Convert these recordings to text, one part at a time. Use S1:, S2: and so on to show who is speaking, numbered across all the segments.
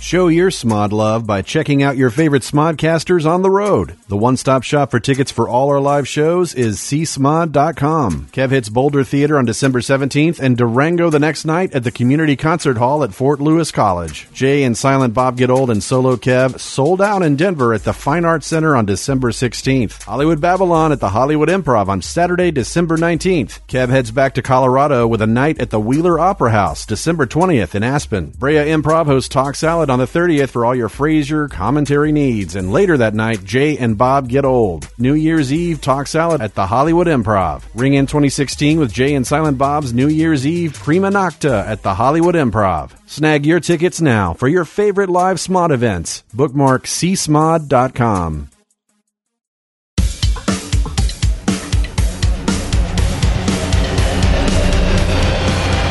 S1: Show your smod love by checking out your favorite smodcasters on the road. The one-stop shop for tickets for all our live shows is csmod.com. Kev hits Boulder Theater on December 17th and Durango the next night at the Community Concert Hall at Fort Lewis College. Jay and Silent Bob Get Old and Solo Kev sold out in Denver at the Fine Arts Center on December 16th. Hollywood Babylon at the Hollywood Improv on Saturday, December 19th. Kev heads back to Colorado with a night at the Wheeler Opera House, December 20th in Aspen. Brea Improv hosts Talk Salad on the 30th for all your Frasier commentary needs. And later that night, Jay and Bob Get Old. New Year's Eve Talk Salad at the Hollywood Improv. Ring in 2016 with Jay and Silent Bob's New Year's Eve Prima Nocta at the Hollywood Improv. Snag your tickets now for your favorite live SMOD events. Bookmark csmod.com.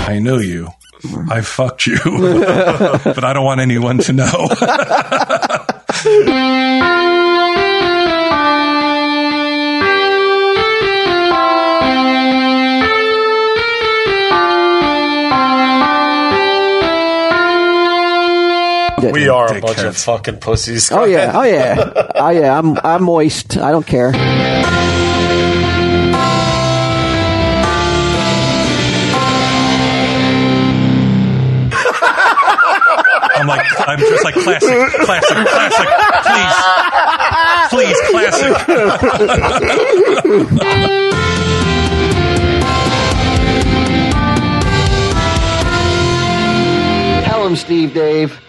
S2: I know you. I fucked you. but I don't want anyone to know.
S3: We are a bunch
S2: Dickheads.
S3: of fucking pussies.
S4: Oh yeah, oh yeah, oh yeah. I'm I'm moist. I don't care.
S2: I'm like, I'm just like classic, classic, classic. Please, please, classic.
S4: Tell him, Steve, Dave.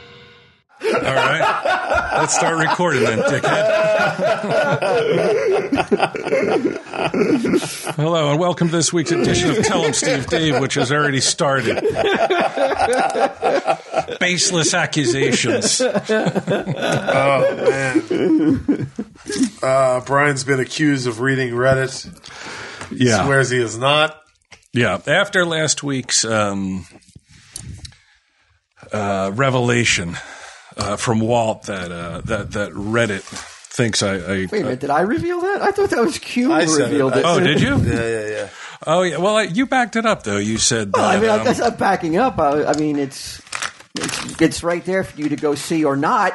S2: All right, let's start recording then, dickhead. Hello and welcome to this week's edition of Tell 'em Steve Dave, which has already started. Baseless accusations.
S3: Uh, Brian's been accused of reading Reddit.
S2: Yeah.
S3: Swears he is not.
S2: Yeah, after last week's um, uh, revelation uh, from Walt that uh, that that Reddit thinks I. I
S4: Wait a minute, did I reveal that? I thought that was Q
S3: I
S4: who
S3: said it.
S4: revealed
S3: I
S4: it.
S2: oh, did you?
S3: Yeah, yeah, yeah.
S2: Oh, yeah. Well, I, you backed it up though. You said that.
S4: Well, I mean, I
S2: um,
S4: guess I'm backing up. I, I mean, it's, it's it's right there for you to go see or not.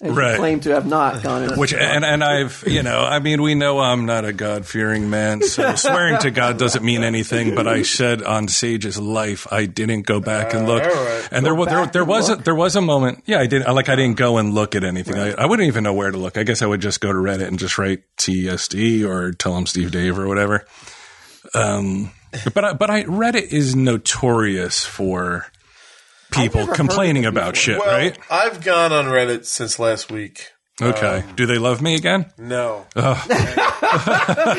S4: If
S2: Right.
S4: You claim to have not gone. And,
S2: which and and I've you know I mean we know I'm not a God fearing man so swearing to God doesn't mean anything but I said on Sage's life I didn't go back and look
S3: all right.
S2: and there was there,
S4: back
S2: there
S4: and
S2: was a,
S4: look.
S2: there was a moment yeah I didn't like I didn't go and look at anything I, I wouldn't even know where to look I guess I would just go to Reddit and just write TSD or tell him Steve Dave or whatever um but I, but I Reddit is notorious for people
S4: never heard of
S2: complaining
S4: it
S2: about shit
S3: Well,
S2: right
S3: I've gone on Reddit since last week.
S2: okay
S4: uh,
S2: do they love me again
S3: No.
S4: no, that's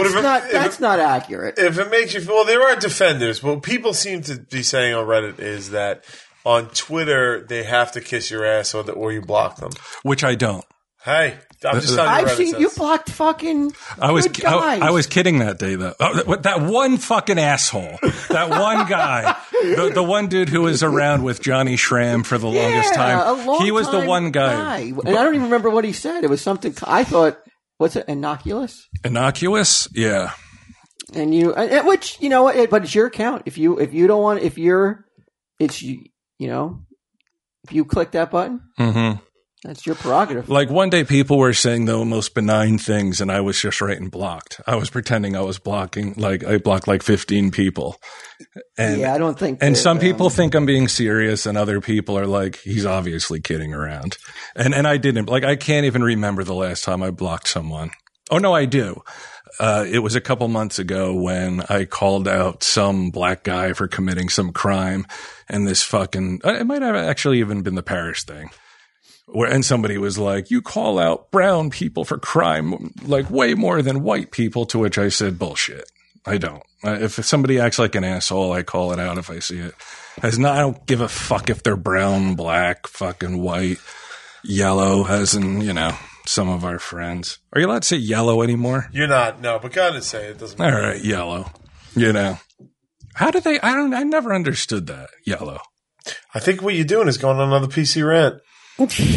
S3: if it-
S4: not
S3: if it-
S4: that's not accurate.
S3: if it makes you feel, well, there are defenders. What people seem to be saying on Reddit is that on Twitter they have to kiss your ass or, the, or you block them.
S2: which I don't.
S3: Hey, I'm just telling you.
S4: I've
S3: Reddit
S4: seen
S3: says.
S4: you blocked fucking.
S2: I was
S4: good
S2: I,
S4: guys.
S2: I was kidding that day though. Oh, that, what- that one fucking asshole, that one guy, the, the one dude who was around with Johnny Schramm for the longest
S4: Yeah,
S2: time.
S4: a long
S2: he was the
S4: time
S2: one guy,
S4: And I don't even remember what he said. It was something I thought. What's it? Innocuous.
S2: innocuous. Yeah,
S4: and you and, and which you know it, but it's your account if you if you don't want if you're it's you, you know if you click that button
S2: Mhm.
S4: that's your prerogative
S2: like one day people were saying the most benign things, and I was just writing blocked. I was pretending I was blocking, like I blocked like fifteen people, and
S4: yeah i don't think
S2: And
S4: that,
S2: some
S4: um,
S2: people think I'm being serious, and other people are like, "He's obviously kidding around." And and I didn't like I can't even remember the last time I blocked someone. Oh no, I do. Uh, it was a couple months ago when I called out some black guy for committing some crime, and this fucking uh, it might have actually even been the Paris thing. Where, and somebody was like, "You call out brown people for crime like way more than white people," to which I said, "Bullshit." I don't. Uh, If somebody acts like an asshole, I call it out if I see it. As not, I don't give a fuck if they're brown, black, fucking white, yellow, as in you know some of our friends. Are you allowed to say yellow anymore?
S3: You're not. No, but God is saying it doesn't.
S2: All right, yellow. You know how do they? I don't. I never understood that yellow.
S3: I think what you're doing is going on another PC rant.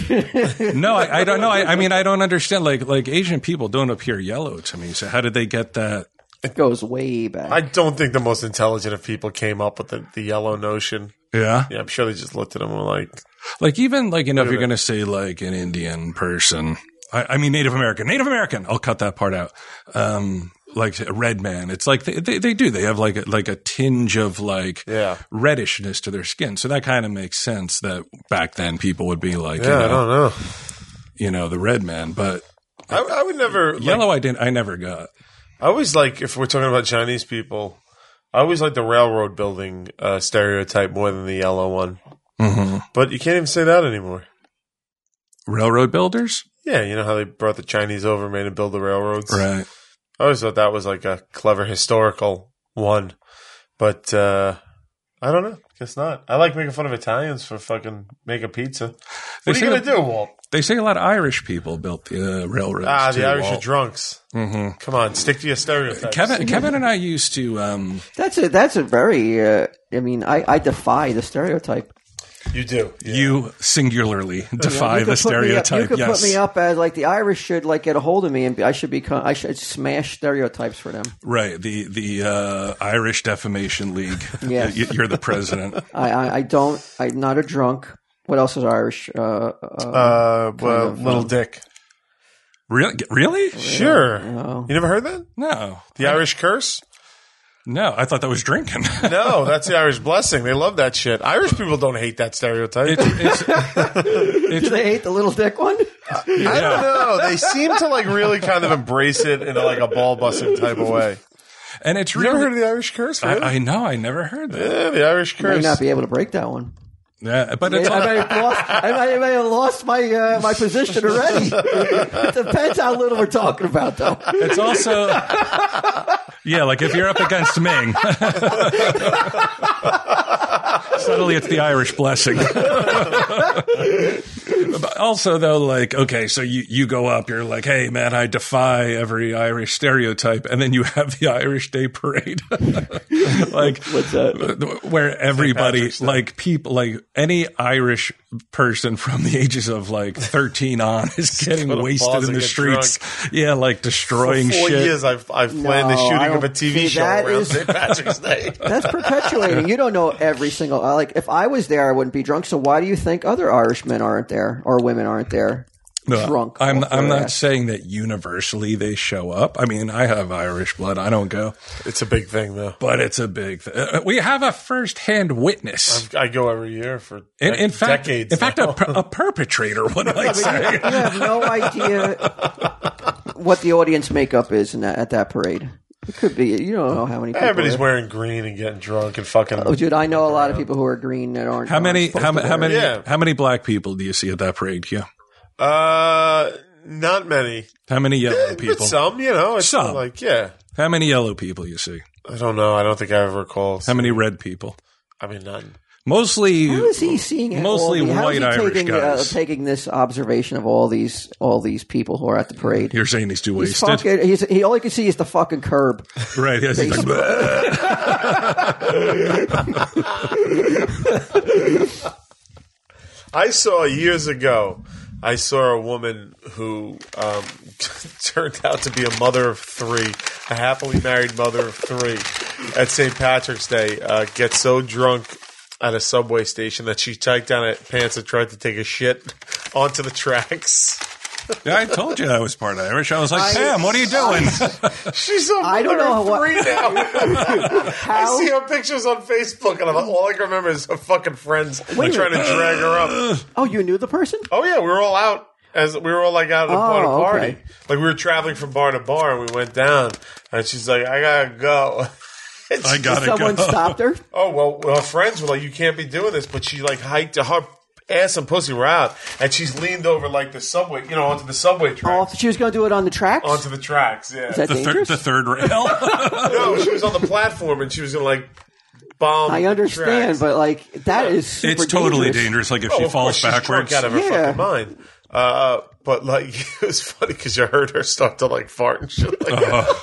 S2: No, I, I don't know. I, I mean, I don't understand. Like like Asian people don't appear yellow to me. So how did they get that?
S4: it goes way back
S3: I don't think the most intelligent of people came up with the, the yellow notion.
S2: Yeah.
S3: Yeah, I'm sure they just looked at him and were like,
S2: Like even like you know if you're gonna say like an Indian person, I, I mean Native American, Native American. I'll cut that part out. Um, like a red man, it's like they, they they do. They have like a, like a tinge of like
S3: Yeah.
S2: reddishness to their skin. So that kind of makes sense that back then people would be like
S3: Yeah,
S2: you
S3: I
S2: know
S3: don't know.
S2: you know the red man, but
S3: I, I would never. Like,
S2: yellow I didn't I never got.
S3: I always like if we're talking about Chinese people. I always like the railroad building uh, stereotype more than the yellow one.
S2: hmm
S3: But you can't even say that anymore.
S2: Railroad builders,
S3: Yeah, you know how they brought the Chinese over, made them build the railroads.
S2: right?
S3: I always thought that was like a clever historical one, but uh, I don't know. Guess not. I like making fun of Italians for fucking making pizza.
S2: They
S3: What are
S2: say
S3: you gonna
S2: that-
S3: do, Walt?
S2: They say a lot of Irish people built the uh, railroads.
S3: Ah, the
S2: too,
S3: Irish
S2: Walt.
S3: are drunks.
S2: hmm
S3: Come on, stick to your stereotypes.
S2: Kevin, Kevin, and I used to. Um,
S4: That's a that's a very. Uh, I mean, I, I defy the stereotype.
S3: you do. Yeah.
S2: You singularly defy
S4: Oh, You
S2: the
S4: could put me up-
S2: stereotype.
S4: you could
S2: yes.
S4: put me up as like the Irish should like get a hold of me, and be, I should become. I should smash stereotypes for them.
S2: Right. The the uh, Irish Defamation League.
S4: Yes.
S2: You- You're the president.
S4: I, I, I don't. I'm not a drunk. What else is Irish? Uh, uh,
S3: uh, well, little dick.
S2: really? Really?
S3: Sure.
S4: no.
S3: You never heard that?
S2: No.
S3: The Irish curse?
S2: No. I thought that was drinking.
S3: No, that's the Irish blessing. They love that shit. Irish people don't hate that stereotype.
S2: It's, it's,
S4: do they hate the little dick one?
S3: I don't know. They seem to like really kind of embrace it in like a ball busting type of way.
S2: and it's
S3: You
S2: really.
S3: ever heard of the Irish curse? Really?
S2: I, I know. I never heard that.
S3: yeah, the Irish
S4: May
S3: curse.
S4: not be able to break that one.
S2: Yeah, but it's
S4: I
S2: all,
S4: might have lost, I might- I might have lost my uh, my position already. it depends how little we're talking about, though.
S2: it's also. Yeah, like if you're up against Ming, suddenly it's the Irish blessing. But also though like okay so you, you go up you're like hey man i defy every irish stereotype and then you have the irish day parade like
S4: What's that?
S2: where everybody
S3: Patrick's Day.
S2: like people like any irish person from the ages of like 13 on is getting
S3: go to
S2: wasted
S3: bars
S2: in
S3: and
S2: the
S3: get
S2: streets yeah like destroying
S3: For four
S2: shit
S3: years, I've, I've planned the
S4: No, I
S3: shooting
S4: don't-
S3: of a TV
S4: see,
S3: show
S4: that
S3: around
S4: is-
S3: St. Patrick's Day.
S4: That's perpetuating. You don't know every single. I Like, if I was there, I wouldn't be drunk. So why do you think other Irishmen aren't there or women aren't there?
S2: No,
S4: drunk.
S2: I'm
S4: off
S2: I'm
S4: their
S2: not
S4: ass?
S2: saying that universally they show up. I mean, I have Irish blood. I don't go,
S3: It's a big thing, though.
S2: but it's a big. Th- uh, we have a first-hand witness.
S3: I go every year for
S2: In, in
S3: dec-
S2: fact,
S3: decades.
S2: in fact,
S3: now.
S2: a, per- a perpetrator. What am I saying?
S4: You have no idea what the audience makeup is in that, at that parade. It could be. You don't know how many. People
S3: everybody's
S4: are-
S3: wearing green and getting drunk and fucking.
S4: Oh, dude, I know a lot of people who are green that aren't.
S2: How many?
S4: aren't
S2: How, ma-
S4: supposed to
S2: how
S4: wear
S2: many?
S4: it.
S3: Yeah.
S2: How many black people do you see at that parade? Yeah.
S3: Uh, not many.
S2: How many yellow
S3: But
S2: people?
S3: some, you know, it's
S2: Some.
S3: like yeah.
S2: How many yellow people you see?
S3: I don't know. I don't think I ever recall.
S2: How many red people?
S3: I mean, not
S2: Mostly.
S4: How is he seeing it
S2: Mostly
S4: all the- how is
S2: white
S4: he
S2: Irish
S4: taking,
S2: guys.
S4: Uh, taking this observation of all these all these people who are at the parade.
S2: You're saying he's too
S4: He's
S2: wasted,
S4: fucking. He's, he all he can see is the fucking curb.
S2: right? Yes, he's like, "Bleh."
S3: I saw years ago. I saw a woman who um, turned out to be a mother of three, a happily married mother of three, at St. Patrick's Day uh, get so drunk at a subway station that she tied down her pants and tried to take a shit onto the tracks.
S2: Yeah, I told you I was part Irish. I was like, Pam, what are you doing?
S3: She's a mother
S4: I don't know
S3: of
S4: what-
S3: three now. I
S4: How
S3: see her pictures on Facebook, and I'm, all I can remember is her fucking friends trying
S4: Wait a
S3: to drag her up.
S4: Oh, you knew the person?
S3: Oh yeah, we were all out as we were all like out at a bar to
S4: Oh,
S3: party.
S4: okay.
S3: Like we were traveling from bar to bar, and we went down. And she's like, "I gotta go." And
S2: I
S3: she-
S2: gotta
S4: Someone
S2: go.
S4: stopped her.
S3: Oh well, her friends were like, "You can't be doing this," but she like hiked her ass and pussy were out, and she's leaned over like the subway, you know, onto the subway
S4: Oh,
S3: tracks,
S4: she was going to do it on the tracks.
S3: onto the tracks. Yeah,
S4: is that
S2: the, thir-
S4: dangerous?
S2: the third rail.
S3: no, she was on the platform, and she was gonna like bomb.
S4: I
S3: the
S4: understand,
S3: tracks.
S4: but like that is super
S2: it's totally dangerous.
S4: dangerous.
S2: Like if
S3: Oh,
S2: she
S3: of course,
S2: falls
S3: she's drunk
S2: backwards,
S3: out of her
S4: Yeah.
S3: fucking mind. Uh, but like it was funny because you heard her start to like fart and shit like that.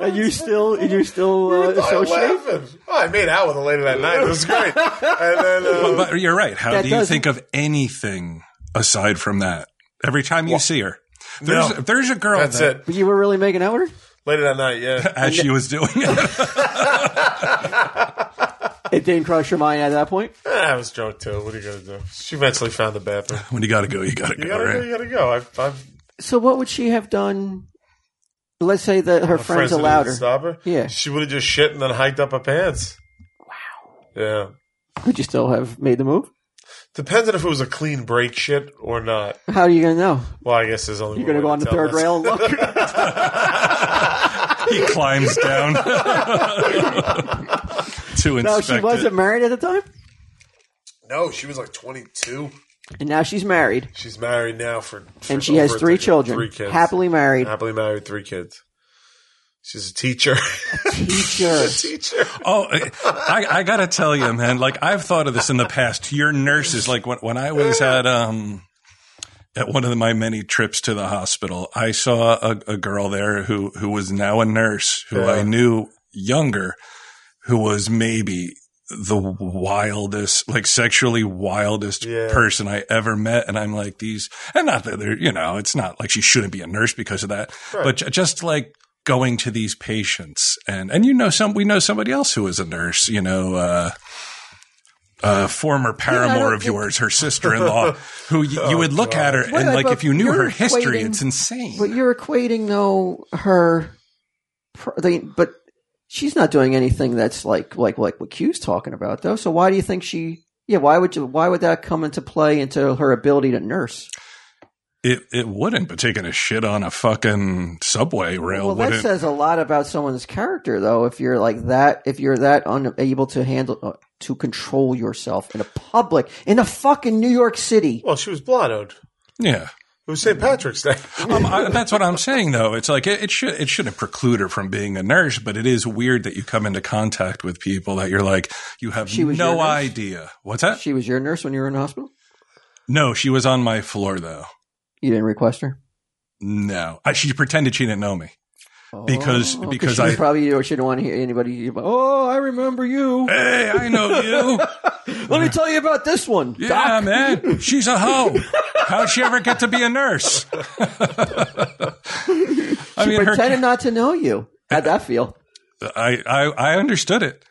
S4: And you still, and you still uh,
S3: I,
S4: associate.
S3: laughing. Oh, I made out with a lady that night. It was great. And then, uh,
S2: but you're right. How
S4: That
S2: do you
S4: doesn't-
S2: think of anything aside from that? Every time you see her, there's
S3: No.
S2: there's a girl.
S3: that's
S2: that,
S3: it.
S4: But you were really making out with her.
S3: Later that night, yeah.
S2: As she was doing it,
S4: It didn't cross your mind at that point.
S3: Eh, I was drunk too. What are you gonna do? She eventually found the bathroom.
S2: When you got to go, you got to
S3: You
S2: go,
S3: gotta
S2: right?
S3: go. You gotta go. I've, I've
S4: So what would she have done? Let's say that her friends,
S3: that
S4: allowed her.
S3: didn't Stop her.
S4: Yeah.
S3: She would have just shit and then hiked up her pants. Wow. Yeah.
S4: Would you still have made the move?
S3: Depends on if it was a clean break shit or not.
S4: How are you gonna know?
S3: Well, I guess there's only
S4: You're gonna go on the third rail and look.
S2: He climbs down to inspect
S4: no, she
S2: it.
S4: wasn't married at the time,
S3: No, she was like 22.
S4: and now she's married,
S3: She's married now for, for
S4: and she has
S3: over a
S4: three
S3: decade.
S4: children,
S3: three kids,
S4: happily married.
S3: happily married, three kids. She's a teacher.
S4: Teacher,
S3: teacher.
S2: Oh, I, I gotta tell you, man. Like I've thought of this in the past. Your nurses, like when when I was at um at one of the- my many trips to the hospital, I saw a, a girl there who who was now a nurse who I
S3: Yeah.
S2: knew younger, who was maybe the wildest, like sexually wildest
S3: Yeah.
S2: person I ever met. And I'm like these, and not that they're, you know, it's not like she shouldn't be a nurse because of that, but ju- just like going to these patients and, and you know, some, we know somebody else who is a nurse, you know, uh, a former paramour
S4: don't
S2: of
S4: think-
S2: yours, her sister-in-law, who y- you would look at her
S4: Well,
S2: and like
S4: but
S2: if you knew
S4: you're
S2: her history,
S4: equating-
S2: it's insane.
S4: but you're equating though her, pr- the- but she's not doing anything that's like like like what Q's talking about though. So why do you think she? Yeah, why would you? Why would that come into play into her ability to nurse?
S2: It it wouldn't, but taking a shit on a fucking subway rail
S4: Well, that
S2: wouldn't.
S4: says a lot about someone's character, though. If you're like that, if you're that unable to handle, uh, to control yourself in a public, in a fucking New York City,
S3: Well, she was blottoed.
S2: yeah.
S3: It was St. Patrick's Day.
S2: Um, I, that's what I'm saying, though. It's like it, it should it shouldn't preclude her from being a nurse, but it is weird that you come into contact with people that you're like you have
S4: She was your
S2: no
S4: nurse?
S2: idea. What's that?
S4: she was your nurse when you were in the hospital.
S2: no, she was on my floor though.
S4: You didn't request her
S2: No, I, she pretended she didn't know me because
S4: Oh,
S2: because
S4: she was
S2: I.
S4: probably you shouldn't want to hear anybody. Oh, I remember you.
S2: Hey, I know you.
S4: Let me tell you about this one,
S2: eh. Yeah,
S4: Doc.
S2: man. She's a hoe. How'd she ever get to be a nurse? I mean, her,
S4: Pretending not to know you. How'd that feel?
S2: I, I, I understood it.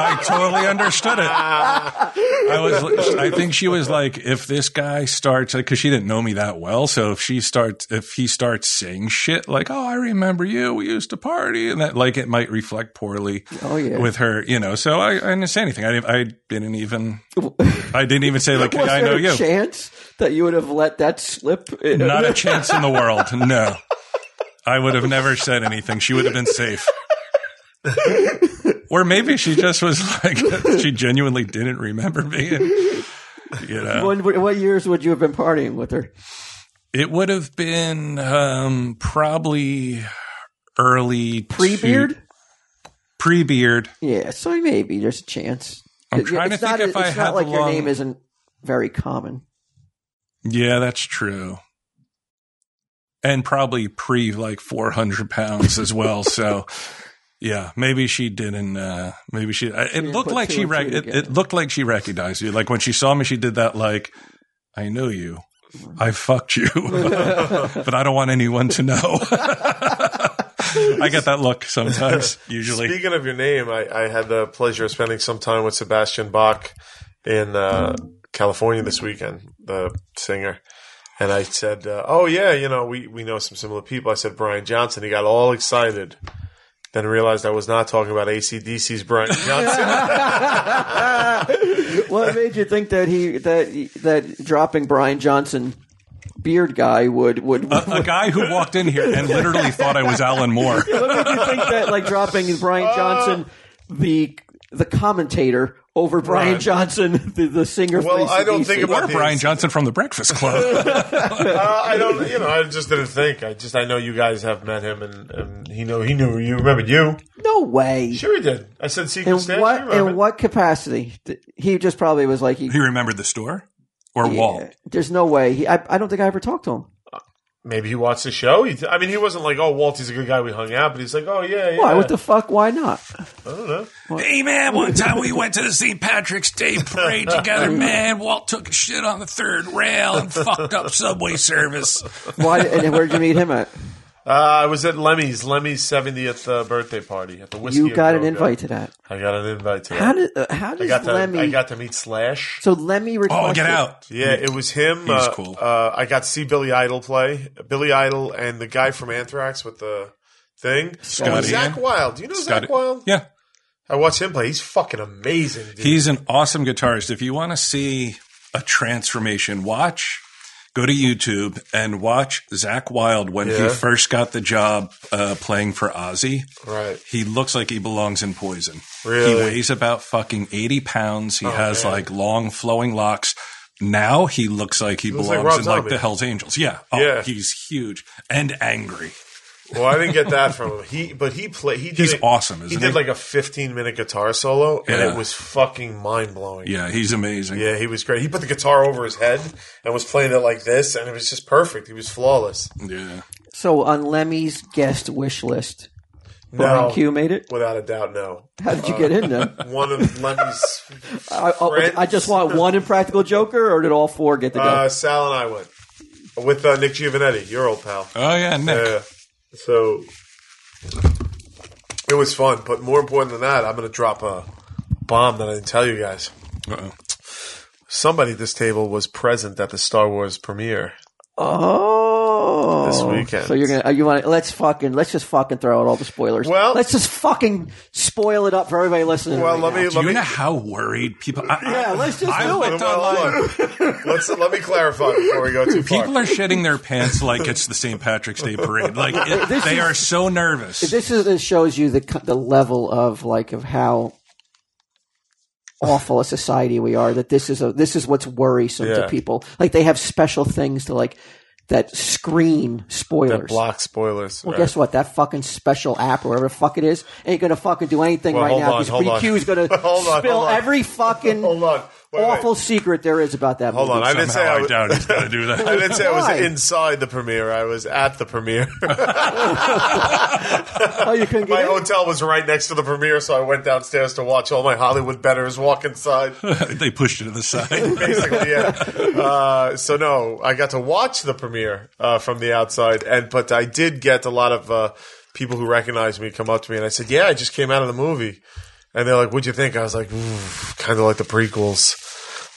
S2: I totally understood it. I was, I think she was like, if this guy starts, like, cause she didn't know me that well. So if she starts, if he starts saying shit like, Oh, I remember you. We used to party and that, like, it might reflect poorly
S4: Oh yeah.
S2: with her, you know? So I, I didn't say anything. I didn't, I didn't even, I didn't even say like, hey,
S4: Was
S2: I
S4: there
S2: know
S4: a
S2: you.
S4: Chance that you would have let that slip. Eh,
S2: Not a chance in the world. No. I would have never said anything. She would have been safe. or maybe she just was like, she genuinely didn't remember me. And, you know,
S4: When, what years would you have been partying with her?
S2: it would have been um, probably early
S4: Pre beard.
S2: Pre beard.
S4: Yeah, so maybe there's a chance.
S2: I'm
S4: It-
S2: trying to
S4: it's
S2: think
S4: not,
S2: if
S4: it's
S2: I
S4: not
S2: had
S4: like
S2: the
S4: your
S2: long-
S4: name isn't very common.
S2: Yeah, that's true. And probably pre like 400 pounds as well. so yeah, maybe she didn't, uh, maybe she, I- it
S4: didn't
S2: looked
S4: put
S2: like
S4: two
S2: she,
S4: and
S2: rec-
S4: two
S2: it, it
S4: together.
S2: looked like she recognized you. Like when she saw me, she did that, like, I know you. I fucked you, but I don't want anyone to know. I get that look sometimes, usually.
S3: Speaking of your name, I, I had the pleasure of spending some time with Sebastian Bach in uh, California this weekend, the singer. And I said, uh, "Oh yeah, you know, we we know some similar people." I said Brian Johnson. He got all excited, then realized I was not talking about ACDC's Brian Johnson.
S4: What made you think that he that that dropping Brian Johnson beard guy would would what
S2: a guy who walked in here and literally thought I was Alan Moore.
S4: made you think that like dropping
S3: Uh,
S4: Brian Johnson the the commentator over Brian
S3: Right.
S4: Johnson the, the singer?
S3: Well,
S4: for
S3: I don't think
S4: AC/DC?
S3: about
S2: Or Brian Johnson from The Breakfast Club.
S3: uh, I don't, you know, I just didn't think. I just I know you guys have met him, and, and he know he knew you remembered you.
S4: no way.
S3: Sure, he did. I said secret
S4: In
S3: stash. you
S4: what
S3: remember.
S4: in what capacity? Th- He just probably was like he.
S2: He remembered the store or Walt.
S4: There's no way. He, I, I don't think I ever talked to him.
S3: Maybe he watched the show. He, I mean, he wasn't like, "Oh, Walt's a good guy." We hung out, but he's like, "Oh yeah, yeah."
S4: Why? What the fuck? Why not?
S3: I don't know.
S2: Hey man, one time we went to the St. Patrick's Day parade together, man. Walt took a shit on the third rail and fucked up subway service.
S4: Why? And where did you meet him at?
S3: Uh, I was at Lemmy's Lemmy's 70th uh, birthday party at the whiskey.
S4: you got an
S3: Go-Go.
S4: invite to that.
S3: I got an invite to
S4: How
S3: that.
S4: did? Uh, how
S3: I
S4: does
S3: got to
S4: Lemmy?
S3: I got to meet Slash.
S4: so Lemmy requested.
S2: Oh, get out.
S3: Yeah, it was him.
S2: He's
S3: uh,
S2: cool.
S3: Uh, I got to see Billy Idol play. Billy Idol and the guy from Anthrax with the thing.
S2: Scott
S3: Zach
S2: Ian.
S3: Wild. Do you know Zach
S2: Scott-
S3: Wild?
S2: Yeah.
S3: I watched him play. He's fucking amazing. Dude.
S2: He's an awesome guitarist. If you want to see a transformation, watch, go to YouTube and watch Zach Wild when
S3: Yeah.
S2: he first got the job uh, playing for Ozzy.
S3: right.
S2: He looks like he belongs in Poison.
S3: Really? Oh,
S2: He weighs about fucking 80 pounds. He has
S3: man.
S2: like long flowing locks. Now he looks like he
S3: Looks like
S2: belongs
S3: Rob
S2: in
S3: Zombie.
S2: like the Hells Angels. Yeah. Oh,
S3: Yeah.
S2: He's huge and angry.
S3: Well, I didn't get that from him. He, but he played. He did
S2: He's
S3: it-
S2: awesome,
S3: He
S2: isn't he?
S3: did like a 15 minute guitar solo, and
S2: Yeah.
S3: it was fucking mind blowing.
S2: yeah, he's amazing.
S3: Yeah, he was great. He put the guitar over his head and was playing it like this, and it was just perfect. He was flawless.
S2: yeah.
S4: So on Lemmy's guest wish list,
S3: No,
S4: Brian Q made it.
S3: without a doubt, no.
S4: How did you get in then?
S3: One of Lemmy's.
S4: I, I,
S3: friends-
S4: I just want one impractical joker, or did all four get to go?
S3: Uh, Sal and I went with uh, Nick Giovanetti, your old pal.
S2: Oh, yeah, Nick.
S3: Yeah. So it was fun, but more important than that, I'm going to drop a bomb that I didn't tell you guys.
S2: Uh-oh.
S3: Somebody at this table was present at the Star Wars premiere.
S4: oh,
S3: This weekend.
S4: So you're gonna uh, you want to let's fucking let's just fucking throw out all the spoilers.
S3: Well-
S4: let's just fucking spoil it up for everybody listening.
S3: Well,
S4: right
S3: let
S4: now.
S3: me
S2: Do
S3: let
S2: you
S3: me
S2: know how worried people I, I-
S4: Yeah, let's just
S2: I
S4: do it.
S2: went online.
S3: look, let's let me clarify before we go too far.
S2: People are shedding their pants like it's the St. Patrick's Day parade. Like it,
S4: This
S2: they
S4: is-
S2: are so nervous.
S4: This is this shows you the cu- the level of like of how awful a society we are. That this is a this is what's worrisome
S3: Yeah.
S4: to people. Like they have special things to like that scream spoilers.
S3: that block spoilers.
S4: Well,
S3: right?
S4: guess what? That fucking special app, or whatever the fuck it is, ain't gonna fucking do anything
S3: Well,
S4: right
S3: hold
S4: now
S3: on, hold
S4: because BQ is gonna
S3: Hold on,
S4: spill
S3: hold on.
S4: every fucking
S3: Hold on. Wait, wait.
S4: awful secret there is about that.
S3: Hold
S4: movie.
S3: on. I didn't say
S2: Somehow
S3: I
S2: I,
S3: was.
S2: doubt he's going to do
S3: I
S2: that.
S3: didn't say I was
S4: Why?
S3: inside the premiere. I was at the premiere.
S4: Oh, you couldn't
S3: my
S4: get it.
S3: hotel was right next to the premiere, so I went downstairs to watch all my Hollywood betters walk inside.
S2: they pushed it to the side.
S3: Basically, yeah. Uh, so no, I got to watch the premiere uh, from the outside, and but I did get a lot of uh, people who recognized me come up to me, and I said, "Yeah, I just came out of the movie," and they're like, "What'd you think?" I was like, "Kind of like the prequels,"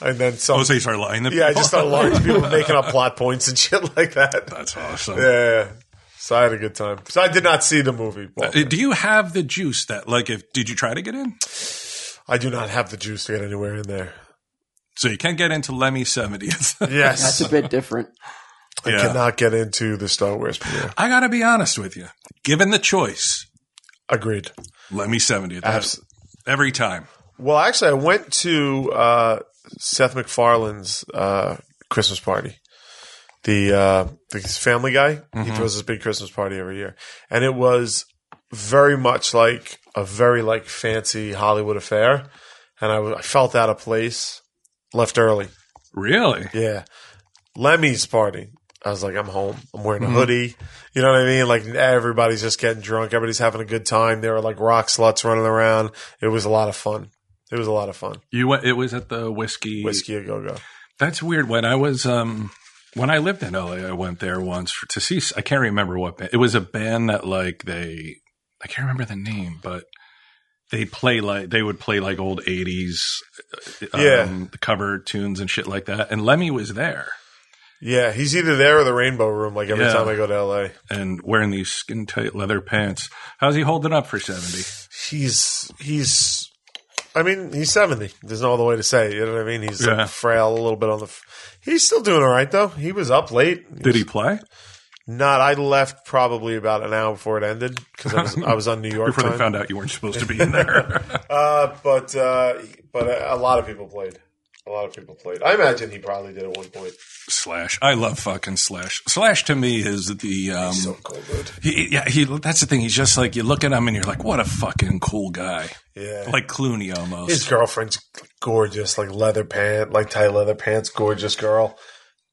S3: and then some.
S2: Oh, so you start lying. to
S3: yeah, I
S2: people?
S3: just started lying to people, making up plot points and shit like that.
S2: That's awesome.
S3: Yeah. So I had a good time. So I did not see the movie. Walter.
S2: Uh, Do you have the juice that, like, if did you try to get in?
S3: I do not have the juice to get anywhere in there.
S2: So you can't get into Lemmy 70th.
S3: Yes.
S4: That's a bit different.
S3: I cannot get into the Star Wars premiere.
S2: I got to be honest with you. Given the choice,
S3: Agreed.
S2: Lemmy 70th.
S3: Abs-
S2: Every time.
S3: Well, actually, I went to uh, Seth MacFarlane's uh, Christmas party. The uh, the Family Guy he throws this big Christmas party every year, and it was very much like a very like fancy Hollywood affair, and I wa- I felt out of place. Left early.
S2: Really?
S3: Yeah. Lemmy's party. I was like, I'm home. I'm wearing a
S2: Mm-hmm.
S3: hoodie. You know what I mean? Like everybody's just getting drunk. Everybody's having a good time. There were like rock sluts running around. It was a lot of fun. It was a lot of fun.
S2: You went, it was at the whiskey.
S3: Whiskey a go go.
S2: That's weird. When I was um when I lived in LA, I went there once for, to see. I can't remember what band. It was a band that like they I can't remember the name, but they play like they would play like old eighties, uh, um,
S3: Yeah.
S2: cover tunes and shit like that. And Lemmy was there
S3: Yeah, he's either there or the Rainbow Room. Like every
S2: Yeah.
S3: time I go to LA,
S2: and wearing these skin tight leather pants. How's he holding up for seventy?
S3: he's he's. I mean, he's seventy. There's no other way to say. It, you know what I mean? He's
S2: Yeah.
S3: like frail a little bit on the. f- He's still doing all right though. He was up late.
S2: Did he play
S3: Not. I left probably about an hour before it ended because I was, I was on New York
S2: before
S3: time.
S2: they found out you weren't supposed to be in there?
S3: Uh, but uh, but a, a lot of people played. A lot of people played. I imagine he probably did at one point.
S2: Slash, I love fucking Slash. Slash to me is the um,
S3: So cool, dude.
S2: He, yeah, he. That's the thing. He's just like you look at him and you're like, what a fucking cool guy,
S3: Yeah.
S2: like Clooney almost.
S3: his girlfriend's gorgeous, like leather pant, like tight leather pants, gorgeous girl.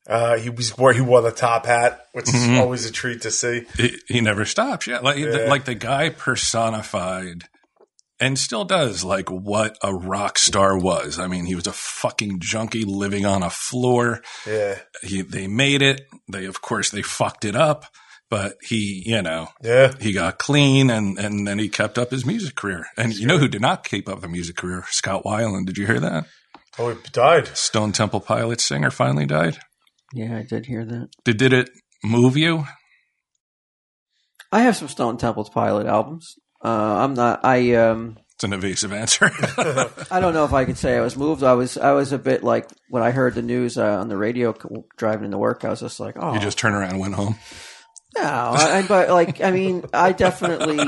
S3: Uh, he was where he wore the top hat, which is always a treat to see.
S2: he, he never stops. Yeah, like The, like the guy personified, and still does like what a rock star was. I mean, he was a fucking junkie living on a floor.
S3: Yeah,
S2: He, they made it. They of course they fucked it up. But he, you know,
S3: Yeah.
S2: he got clean and, and then he kept up his music career. And you know who did not keep up the music career? Scott Weiland. Did you hear that?
S3: Oh, he died.
S2: Stone Temple Pilots singer finally died.
S4: Yeah, I did hear that.
S2: Did, did it move you?
S4: I have some Stone Temple's Pilot albums. Uh, I'm not. I um.
S2: It's an evasive answer.
S4: I don't know if I could say I was moved. I was. I was a bit like when I heard the news uh, on the radio c- driving into work. I was just like, oh,
S2: you just turned around and went home.
S4: no. I, I- but like, I mean, I definitely.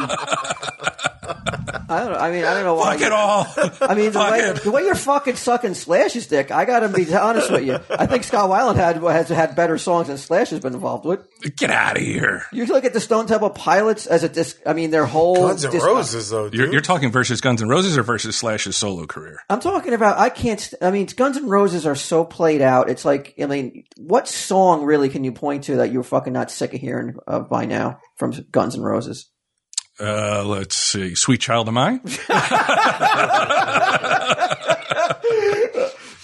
S4: I don't. know. I mean, I don't know why.
S2: Fuck it all.
S4: I mean, the
S2: Fuck
S4: way,
S2: it.
S4: the way you're fucking sucking Slash's dick, I gotta be honest with you. I think Scott Weiland had has had better songs than Slash has been involved with.
S2: Get out of here.
S4: You look at the Stone Temple Pilots as a disc. I mean, their whole
S3: Guns and
S4: disc-
S3: Roses, though. Dude.
S2: You're, you're talking versus Guns N' Roses or versus Slash's solo career?
S4: I'm talking about. I can't. st- I mean, Guns N' Roses are so played out. It's like, I mean, what song really can you point to that you're fucking not sick of hearing uh, by now from Guns N' Roses?
S2: Uh, let's see. Sweet Child Am I?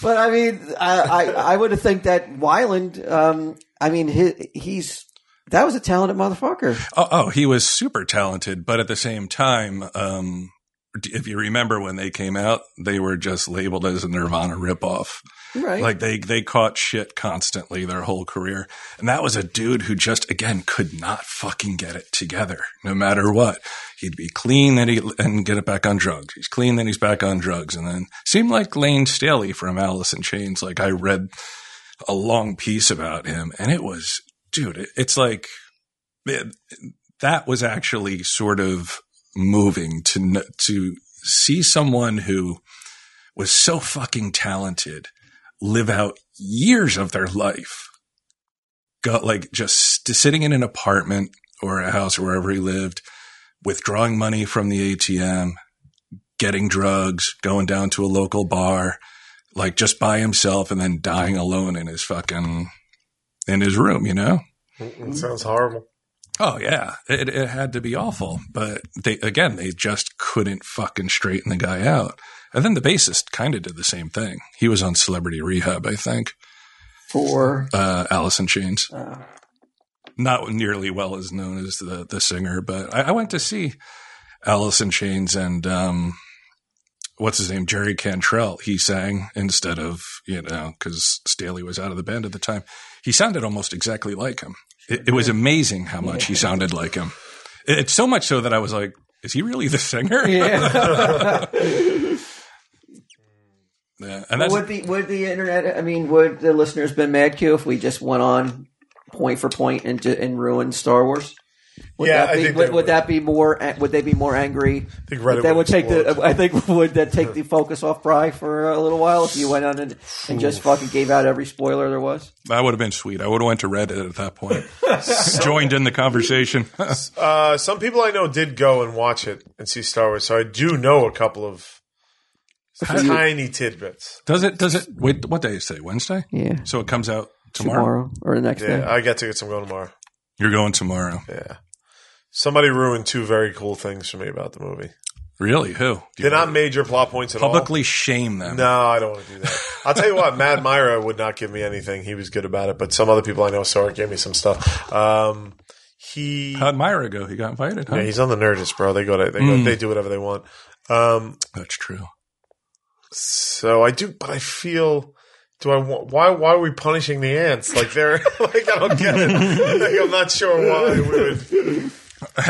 S4: But I mean, I I, I would have think that Weiland. Um, I mean, he, he's that was a talented motherfucker.
S2: Oh, oh, he was super talented, but at the same time, um, d- if you remember when they came out, they were just labeled as a Nirvana ripoff.
S4: Right.
S2: Like they they caught shit constantly their whole career, and that was a dude who just again could not fucking get it together, no matter what. He'd be clean and he and get it back on drugs. He's clean, then he's back on drugs, and then seemed like Lane Staley from Alice in Chains. Like I read a long piece about him, and it was dude. It, it's like it- that was actually sort of moving to kn- to see someone who was so fucking talented live out years of their life. Got like just sitting in an apartment or a house or wherever he lived, withdrawing money from the ATM, getting drugs, going down to a local bar, like just by himself and then dying alone in his fucking in his room, you know?
S3: Mm, It sounds horrible.
S2: Oh yeah, it, it had to be awful. But they again, they just couldn't fucking straighten the guy out. And then the bassist kind of did the same thing. He was on Celebrity Rehab, I think.
S4: for
S2: Uh, Alice in Chains,
S4: uh,
S2: not nearly well as known as the the singer, but I, I went to see Alice in Chains and um, what's his name, Jerry Cantrell. He sang instead of you know because Staley was out of the band at the time. He sounded almost exactly like him. It, it was amazing how much he sounded like him. It- It's so much so that I was like, is he really the singer? Yeah. And that's
S4: would the would the internet? I mean, would the listeners been mad Q if we just went on point for point and ju- and ruined Star Wars? Would
S3: Yeah,
S4: that
S3: I
S4: be,
S3: think
S4: would,
S3: they
S4: would
S3: would.
S4: that be more? a- Would they be more angry?
S3: I think Reddit
S4: that would
S3: would
S4: take the.
S3: explode.
S4: I think would that take the focus off Pry for a little while if you went on and, and just fucking gave out every spoiler there was.
S2: that would have been sweet. I would have went to Reddit at that point, joined in the conversation.
S3: Uh, some people I know did go and watch it and see Star Wars, so I do know a couple of tiny tidbits.
S2: Does it? Does it? Wait, what day is today? Wednesday.
S4: Yeah,
S2: So it comes out tomorrow.
S4: tomorrow, or the next
S3: Yeah,
S4: day.
S3: I got tickets. I'm going tomorrow.
S2: You're going tomorrow.
S3: Yeah. Somebody ruined two very cool things for me about the movie.
S2: Really? Who? Do you
S3: They're not major plot points at
S2: publicly shame them.
S3: all. No, I don't want to do that. I'll tell you what, Matt Myra would not give me anything. He was good about it, but some other people I know saw it, gave me some stuff. Um, he,
S2: How'd Myra go? He got invited. Huh?
S3: yeah, he's on the Nerdist, bro. They go to, they,
S2: Hmm.
S3: go, they do whatever they want. Um,
S2: That's true.
S3: so I do, but I feel. Do I want, why why are we punishing the ants? Like they're like I don't get it. Like I'm not sure why we would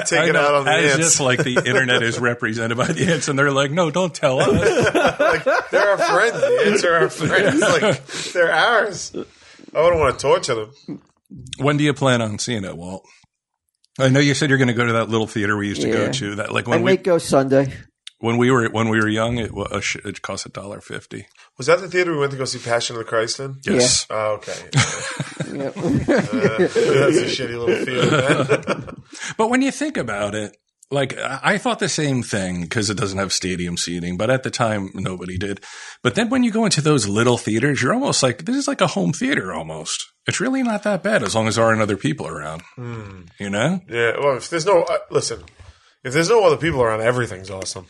S3: take
S2: I
S3: it
S2: know,
S3: out on the
S2: as
S3: ants.
S2: if like the internet is represented by the ants, and they're like, no, don't tell us.
S3: Like, they're our friends. The ants are our friends. Like they're ours. I wouldn't want to torture them.
S2: when do you plan on seeing it, Walt? I know you said you're going to go to that little theater we used to go
S4: Yeah.
S2: to. That like
S4: I
S2: when we
S4: may go Sunday.
S2: when we were when we were young, it wa- a sh- it cost a dollar fifty.
S3: Was that the theater we went to go see Passion of the Christ in?
S2: Yes.
S3: Oh, okay. Uh,
S4: Yeah.
S3: That's a shitty little theater. man.
S2: But when you think about it, like I I thought the same thing because it doesn't have stadium seating, but at the time nobody did. But then when you go into those little theaters, you're almost like this is like a home theater almost. It's really not that bad as long as there aren't other people around.
S3: Hmm.
S2: You know?
S3: yeah. Well, if there's no uh, listen, if there's no other people around, everything's awesome.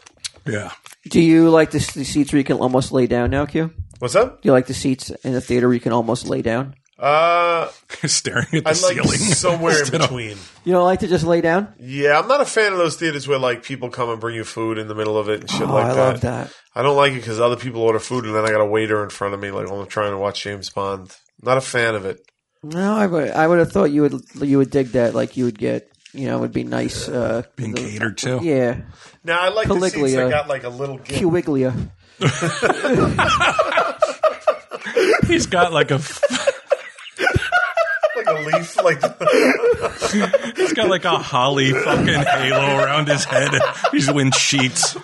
S2: Yeah.
S4: Do you like the, s- the seats where you can almost lay down now, Q?
S3: What's up?
S4: Do you like the seats in the theater where you can almost lay down?
S3: Uh,
S2: staring at the
S3: I like
S2: ceiling.
S3: somewhere in
S2: Instead of-
S3: between.
S4: You don't like to just lay down?
S3: Yeah, I'm not a fan of those theaters where like people come and bring you food in the middle of it and shit
S4: oh,
S3: like
S4: I
S3: that.
S4: love that.
S3: I don't like it because other people order food and then I got a waiter in front of me like while I'm trying to watch James Bond. Not a fan of it.
S4: No, I would. I would have thought you would. You would dig that. Like you would get. You know, it would be nice. Uh,
S2: being
S4: the-
S2: catered to.
S4: Yeah,
S3: Now I like the seats
S4: Caligula.
S3: that got like a little gift.
S4: Cuiglia.
S2: He's got like a
S3: like a leaf, like
S2: he's got like a holly fucking halo around his head. He's wind sheets.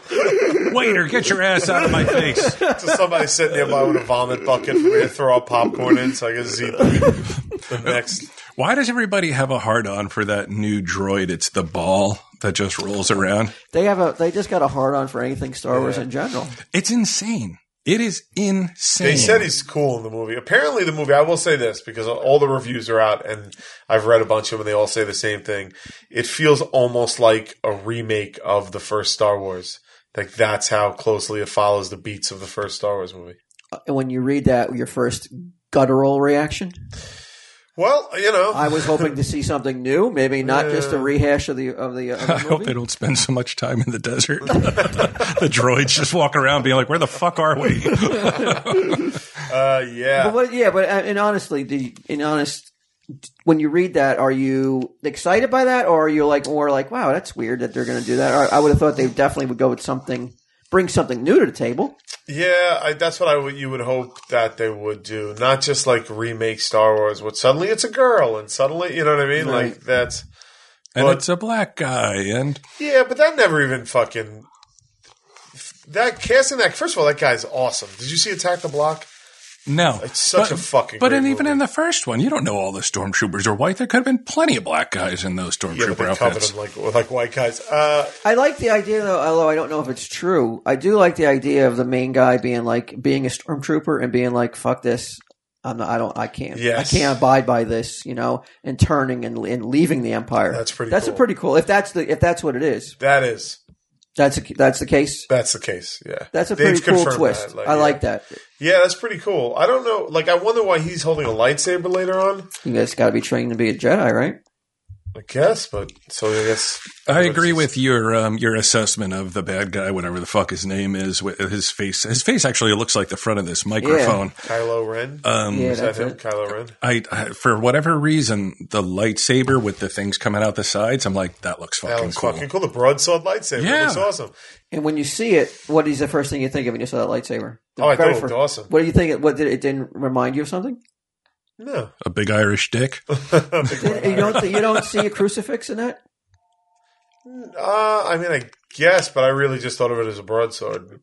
S2: Waiter, get your ass out of my face.
S3: to somebody sitting nearby with a vomit bucket for me to throw out popcorn in, so I can see the, the next.
S2: Why does everybody have a hard on for that new droid? It's the ball that just rolls around.
S4: They have a. They just got a hard on for anything Star Wars in general.
S2: It's insane. It is insane.
S3: They said he's cool in the movie. Apparently, the movie. I will say this because all the reviews are out, and I've read a bunch of them, and they all say the same thing. It feels almost like a remake of the first Star Wars. Like that's how closely it follows the beats of the first Star Wars movie.
S4: And Uh, when you read that, your first guttural reaction.
S3: Well, you know,
S4: I was hoping to see something new, maybe not just a rehash of the of the, of the
S2: I hope they
S4: movie.
S2: don't spend so much time in the desert. the droids just walk around being like, where the fuck are we?
S3: uh, yeah.
S4: But what- yeah, but uh, and honestly, the, in honest, when you read that, are you excited by that, or are you like more like, wow, that's weird that they're going to do that? Or I would have thought they definitely would go with something, bring something new to the table.
S3: Yeah, I, that's what I would. You would hope that they would do, not just like remake Star Wars. What suddenly it's a girl, and suddenly you know what I mean.
S4: Right.
S3: Like that's
S2: and
S3: But-
S2: it's a black guy. And
S3: yeah, but that never even fucking that casting that. First of all, that guy's awesome. Did you see Attack the Block?
S2: no,
S3: It's such
S2: But-
S3: a fucking.
S2: But
S3: great
S2: in, even
S3: movie.
S2: in the first one, you don't know all the stormtroopers are white. There could have been plenty of black guys in those
S3: yeah, but
S2: stormtrooper
S3: they covered
S2: outfits.
S3: him like like white guys. Uh,
S4: I like the idea, though, although I don't know if it's true. I do like the idea of the main guy being like being a stormtrooper and being like, "Fuck this." I'm not, I don't. I can't.
S3: Yes.
S4: I can't abide by this, you know. And turning and, and leaving the empire.
S3: That's pretty
S4: That's
S3: cool.
S4: a pretty cool. If that's the if that's what it is,
S3: that is
S4: that's a, that's the case.
S3: that's the case. Yeah,
S4: That's a
S3: They've
S4: pretty cool
S3: confirmed
S4: twist.
S3: that,
S4: I
S3: yeah.
S4: like that.
S3: Yeah, that's pretty cool. I don't know. Like, I wonder why he's holding a lightsaber later on.
S4: You guys got to be trained to be a Jedi, right?
S3: I guess, but so I guess
S2: I agree with your um, your assessment of the bad guy, whatever the fuck his name is. With his face, his face actually looks like the front of this microphone.
S3: Kylo Ren.
S2: Um,
S4: yeah,
S3: is that
S4: that's
S3: him,
S4: it.
S3: Kylo Ren?
S2: I, I for whatever reason, the lightsaber with the things coming out the sides. I'm like, that looks fucking
S3: That looks
S2: cool.
S3: fucking cool. The broadsword lightsaber.
S2: Yeah.
S3: Yeah. Looks awesome.
S4: And when you see it, what is the first thing you think of when you saw that lightsaber? The
S3: Oh, I thought
S4: very
S3: it looked
S4: first-
S3: awesome.
S4: What do you think? It, what did it didn't remind you of something?
S3: No.
S2: A big Irish dick.
S4: Did, you don't you don't see a crucifix in that?
S3: Uh, I mean, I guess, but I really just thought of it as a broadsword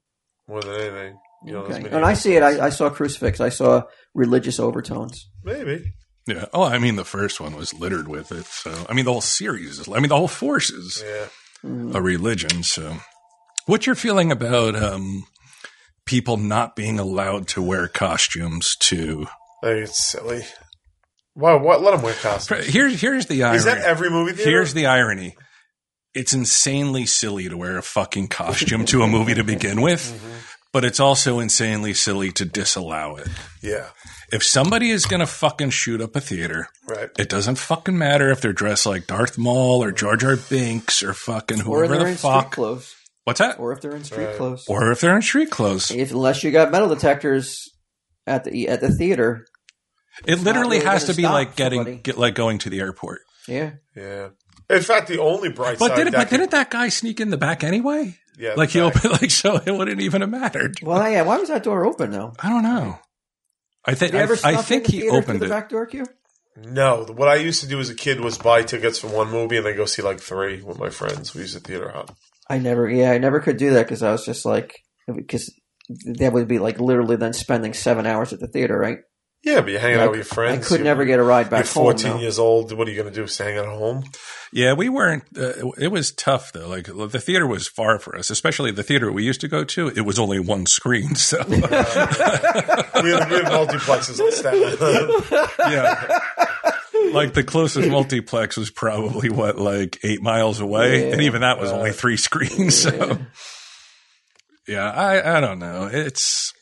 S3: more than anything. You know, those
S4: Okay.
S3: many-
S4: When I see it, I, I saw crucifix. I saw religious overtones.
S3: Maybe.
S2: Yeah. Oh, I mean, the first one was littered with it. So, I mean, the whole series is, I mean, the whole force is
S3: Yeah.
S2: a religion. So, what's your feeling about um, people not being allowed to wear costumes to.
S3: Like, it's silly. Why? What? Let him wear costumes.
S2: Here, here's the irony.
S3: Is that every movie theater?
S2: Here's the irony. It's insanely silly to wear a fucking costume to a movie to begin with,
S4: Mm-hmm.
S2: but it's also insanely silly to disallow it.
S3: yeah.
S2: If somebody is going to fucking shoot up a theater,
S3: Right.
S2: it doesn't fucking matter if they're dressed like Darth Maul or Jar Jar Binks or fucking
S4: Or if
S2: whoever
S4: they're
S2: the
S4: in street
S2: fuck.
S4: clothes.
S2: What's that?
S4: Or if they're in street
S3: Right.
S4: clothes.
S2: Or if they're in street clothes.
S4: if, unless you got metal detectors at the at the theater.
S2: It literally
S4: really
S2: has to
S4: gonna
S2: be
S4: stop
S2: like
S4: somebody.
S2: getting get, like going to the airport.
S4: Yeah.
S3: Yeah. In fact, the only bright
S2: But
S3: side.
S2: didn't
S3: that
S2: but didn't that guy sneak in the back anyway?
S3: Yeah,
S2: like
S3: the
S2: he
S3: back.
S2: opened like so it wouldn't even have mattered.
S4: Well, yeah. Why was that door open though?
S2: I don't know. I think
S4: Did you
S2: I,
S4: ever
S2: I
S4: snuff
S2: think
S4: in the
S2: he
S4: theater through
S2: opened
S4: the
S2: it.
S4: back door queue.
S3: No, what I used to do as a kid was buy tickets for one movie and then go see like three with my friends. We used to theater hop.
S4: I never, yeah, I never could do that because I was just like, because that would be like literally then spending seven hours at the theater, right?
S3: Yeah, but you're hanging
S4: Yeah,
S3: out with your friends.
S4: I could
S3: you're-
S4: never get a ride back
S3: You're 14
S4: home. though.
S3: years old. What are you going to do? Stay at home?
S2: Yeah, we weren't. Uh, it was tough though. Like the theater was far for us, especially the theater we used to go to. It was only one screen, so
S3: we have, we have multiplexes on Staten Island.
S2: yeah. Like the closest multiplex was probably what, like eight miles away, and even that was only three screens. So, yeah, I I don't know. It's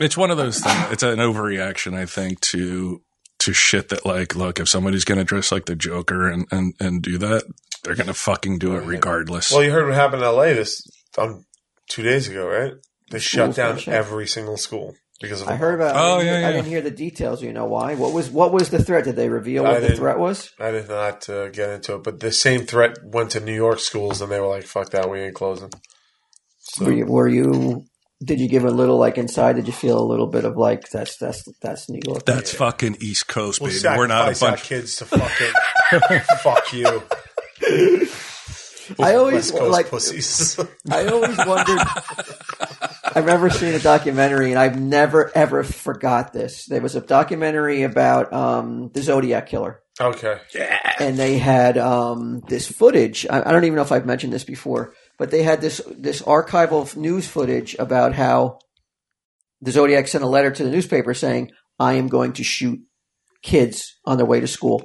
S2: it's one of those things. It's an overreaction, I think, to to shit that like, look, if somebody's going to dress like the Joker and, and, and do that, they're going to fucking do it regardless.
S3: Well, you heard what happened in L.A. this um, two days ago, right? They shut
S4: Schools
S3: down
S4: got shut.
S3: every single school because of.
S4: I heard about.
S2: Oh,
S4: I didn't,
S2: yeah,
S4: I
S2: yeah.
S4: didn't hear the details. You know why? What was what was the threat? Did they reveal
S3: I
S4: what the
S3: didn't-
S4: threat was?
S3: I did not uh, get into it, but the same threat went to New York schools, and they were like, "Fuck that, we ain't closing." So,
S4: were you, were you did you give a little like inside did you feel a little bit of like that's that's that's new york
S2: That's fucking East Coast,
S3: we'll
S2: baby. We're not a
S3: sacrifice our
S2: bunch.
S3: kids to fucking fuck you.
S4: i always
S3: West Coast
S4: like
S3: pussies.
S4: i always wondered i remember seeing a documentary and i've never ever forgot this there was a documentary about um the zodiac killer
S3: okay,
S4: and they had um this footage i, I don't even know if i've mentioned this before but they had this this archival f- news footage about how the zodiac sent a letter to the newspaper saying i am going to shoot kids on their way to school.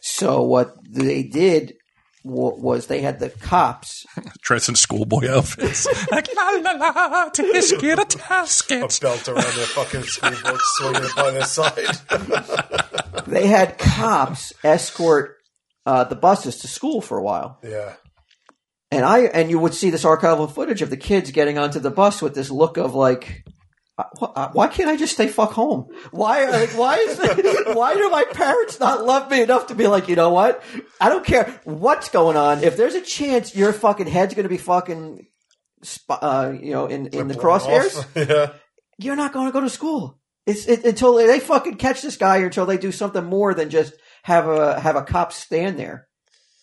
S4: So what they did wa- was they had the cops.
S2: Dressing schoolboy outfits. like, la la la, to this kid a
S3: a
S2: task.
S3: belt around their fucking school books, swinging it by their side.
S4: They had cops escort uh, the buses to school for a while,
S3: yeah,
S4: and I and you would see this archival footage of the kids getting onto the bus with this look of like. "Uh, wh- uh, Why can't I just stay fuck home? Why? uh, Like, why is? why do my parents not love me enough to be like, you know what? I don't care what's going on. If there's a chance your fucking head's going to be fucking, sp- uh, you know, in in the
S3: Blown
S4: crosshairs,
S3: off. yeah,
S4: you're not going to go to school. It's it, until they, they fucking catch this guy, or until they do something more than just have a have a cop stand there.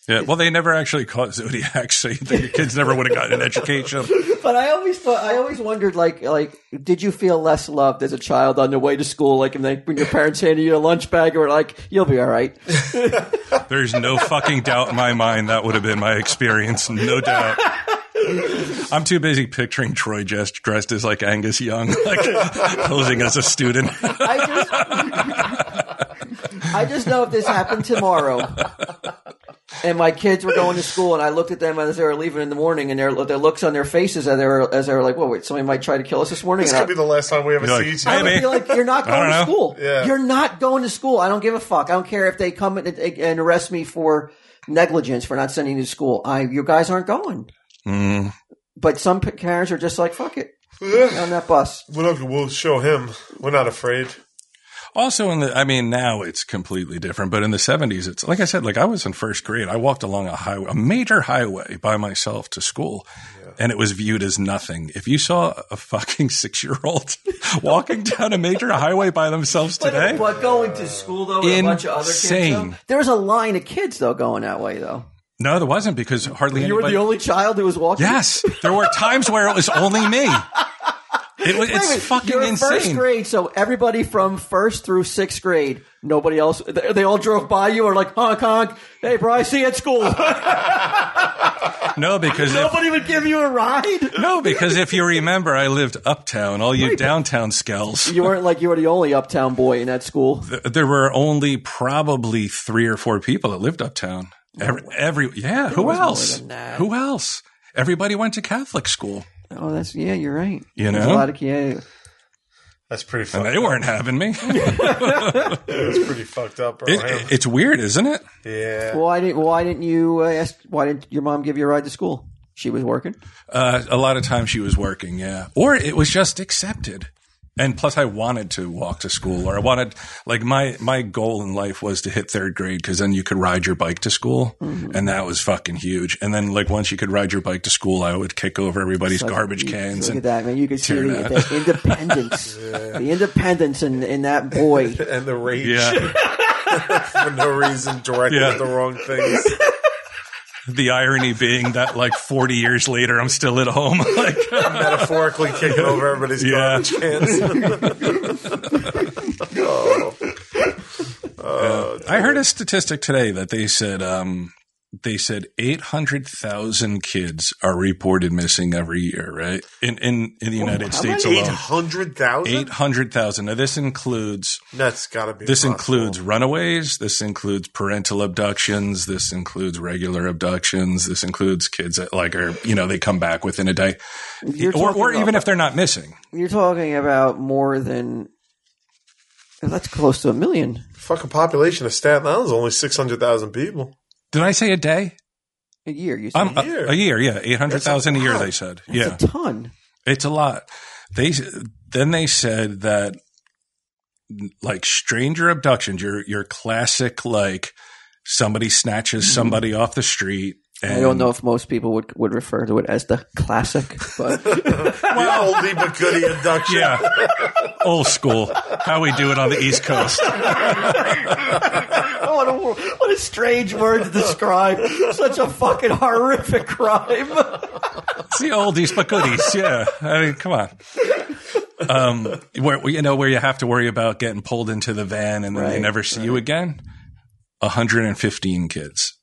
S2: Yeah, well, they never actually caught Zodiac, so you think the kids never would have gotten an education.
S4: But I always thought, I always wondered, like, like, did you feel less loved as a child on the way to school? Like, and they, when your parents handed you a lunch bag, or like, you'll be all right.
S2: There's no fucking doubt in my mind that would have been my experience, no doubt. I'm too busy picturing Troy just dressed as like Angus Young, like posing as a student.
S4: I just, I just know if this happened tomorrow, and my kids were going to school, and I looked at them as they were leaving in the morning, and their their looks on their faces as they were as they were like, "Whoa, wait, somebody might try to kill us this morning."
S3: this
S4: and I-
S3: could be the last time we ever
S2: You're
S3: see
S2: like,
S3: each
S4: I
S2: "Hey,
S3: other.
S4: would
S2: Maybe.
S4: be like, you're not
S2: I don't
S4: going to
S2: know.
S4: school.
S3: Yeah.
S4: You're not going to school. I don't give a fuck. I don't care if they come and, and arrest me for negligence for not sending you to school. I, you guys aren't going.
S2: Mm.
S4: But some p- parents are just like, fuck it, Get on that bus.
S3: We're not, we'll show him. We're not afraid.
S2: Also, in the, I mean, now it's completely different, but in the 70s, it's like I said, like I was in first grade. I walked along a highway, a major highway by myself to school, and it was viewed as nothing. If you saw a fucking six year old walking down a major highway by themselves today,
S4: But, but going to school though, with a bunch of other kids. Though,
S2: Insane.
S4: there was a line of kids though going that way though.
S2: no, there wasn't because hardly
S4: You were
S2: anybody.
S4: the only child who was walking.
S2: Yes, there were times where it was only me. It was
S4: Wait a
S2: it's
S4: minute,
S2: fucking
S4: you're in First
S2: insane.
S4: grade, so everybody from first through sixth grade, nobody else. They, they all drove by you, or like honk honk. Hey, bro, I see you at school.
S2: No, because if,
S4: Nobody would give you a ride.
S2: no, because if you remember, I lived uptown. All you downtown skells.
S4: You weren't like you were the only uptown boy in that school.
S2: th- there were only probably three or four people that lived uptown. Every, every yeah, who
S4: was more
S2: else?
S4: than that.
S2: Who else? Everybody went to Catholic school,
S4: Oh, that's yeah, you're right.
S2: You
S4: There's
S2: know?
S4: a lot of yeah.
S3: That's pretty.
S2: and
S3: Fucked
S2: they
S3: up.
S2: weren't having me. It-
S3: That's pretty fucked up, bro.
S2: it- it's weird, isn't it?
S3: yeah.
S4: Why didn't Why didn't you uh, ask? Why didn't your mom give you a ride to school? She was working.
S2: Uh, a lot of times she was working, yeah, or it was just accepted. And plus, I wanted to walk to school, or I wanted like my my goal in life was to hit third grade because then you could ride your bike to school,
S4: Mm-hmm.
S2: and that was fucking huge. And then like once you could ride your bike to school, I would kick over everybody's garbage
S4: You-
S2: cans. and
S4: Look at that, man! You could see the,
S2: tearing out.
S4: the independence, the independence in, in that boy.
S3: And the rage
S2: Yeah.
S3: for no reason directed
S2: Yeah.
S3: at the wrong things.
S2: The irony being that like 40 years later, I'm still at home. like,
S3: Metaphorically kicking over everybody's
S2: Yeah.
S3: garbage cans. oh.
S2: I heard a statistic today that they said, um, they said 800,000 kids are reported missing every year, right? In, in, in the United States alone.
S3: 800,000?
S2: 800,000. Now this includes,
S3: That's got to be
S2: this
S3: impossible.
S2: includes runaways. This includes parental abductions. This includes regular abductions. This includes kids that like are, you know, they come back within a day
S4: You're
S2: or,
S4: talking
S2: or
S4: about-
S2: even if they're not missing.
S4: You're talking about more than 'Cause that's close to a million.
S3: Fucking population of Staten Island is only six hundred thousand people.
S2: Did I say a day?
S4: A year, you said.
S2: Um, a,
S3: year.
S2: a year, yeah, eight hundred thousand a year.
S4: lot.
S2: They said,
S4: That's
S2: yeah,
S4: a ton.
S2: It's a lot. They then they said that like stranger abductions, your your classic like somebody snatches somebody off the street. And
S4: I don't know if most people would would refer to it as the classic, but
S3: Well, oldie but goodie abduction.
S2: Yeah, old school. How we do it on the East Coast.
S4: oh, what, a, wor- what a strange word to describe such a fucking horrific crime.
S2: It's the oldies but goodies. Yeah, I mean, come on. Um, where you know where you have to worry about getting pulled into the van and then they
S4: Right,
S2: never see you again. 115 kids.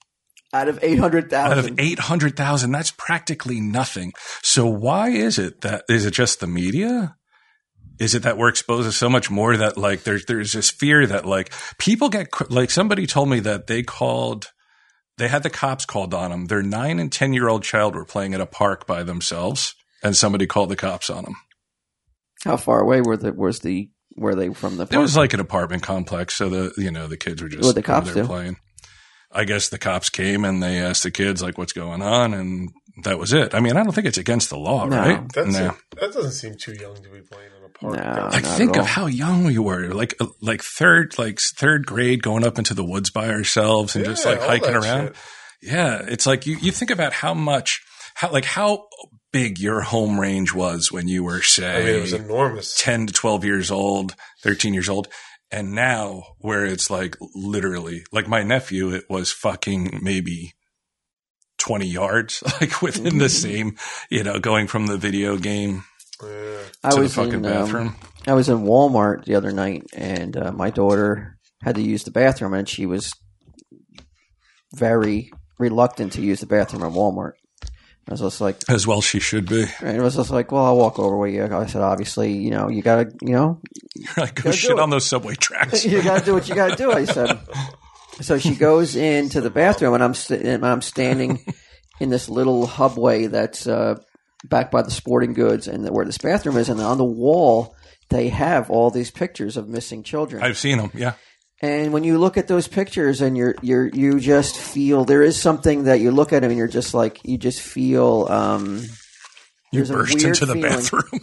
S4: Out of eight hundred
S2: out of
S4: thousand,
S2: 800,000, that's practically nothing. So why is it that is it just the media? Is it that we're exposed to so much more that like there's there's this fear that like people get cr- like somebody told me that they called they had the cops called on them. Their 9 and 10 year old child were playing at a park by themselves and somebody called the cops on them.
S4: how far away were the was the were they from the?
S2: It was
S4: park?
S2: like an apartment complex so the you know the kids were just
S4: What'd the cops
S2: over there
S4: do?
S2: playing. I guess the cops came and they asked the kids like what's going on and that was it. I mean, I don't think it's against the law,
S4: No.
S2: right?
S3: That's it. That doesn't seem too young to be playing in a park.
S4: No.
S2: Like
S4: Not at
S2: think of
S4: all.
S2: how young we were, like uh, like third like third grade, going up into the woods by ourselves and just
S3: Yeah,
S2: like
S3: all
S2: hiking
S3: that
S2: around.
S3: shit.
S2: Yeah, it's like you you think about how much how like how big your home range was when you were
S3: I mean,
S2: say
S3: it was enormous.
S2: 10 to 12 years old, 13 years old. And now where it's like literally like my nephew, it was fucking maybe 20 yards, like within
S4: Mm-hmm.
S2: the same, you know, going from the video game
S3: Yeah.
S2: to
S4: I was
S2: the fucking
S4: in, um,
S2: bathroom.
S4: I was in Walmart the other night, and uh, my daughter had to use the bathroom, and she was very reluctant to use the bathroom at Walmart. I was just like,
S2: as well, she should be.
S4: and it was just like, well, I'll walk over with you. I said, obviously, you know, you gotta, you know,
S2: like, go
S4: do
S2: shit
S4: it.
S2: on those subway tracks.
S4: you gotta do what you gotta do. I said. So she goes into the bathroom, and I'm st- and I'm standing in this little hubway that's uh, back by the sporting goods, and where this bathroom is, and on the wall they have all these pictures of missing children.
S2: I've seen them. Yeah.
S4: And when you look at those pictures, and you're you're you just feel there is something that you look at them, and you're just like you just feel. Um, you
S2: Burst into the bathroom.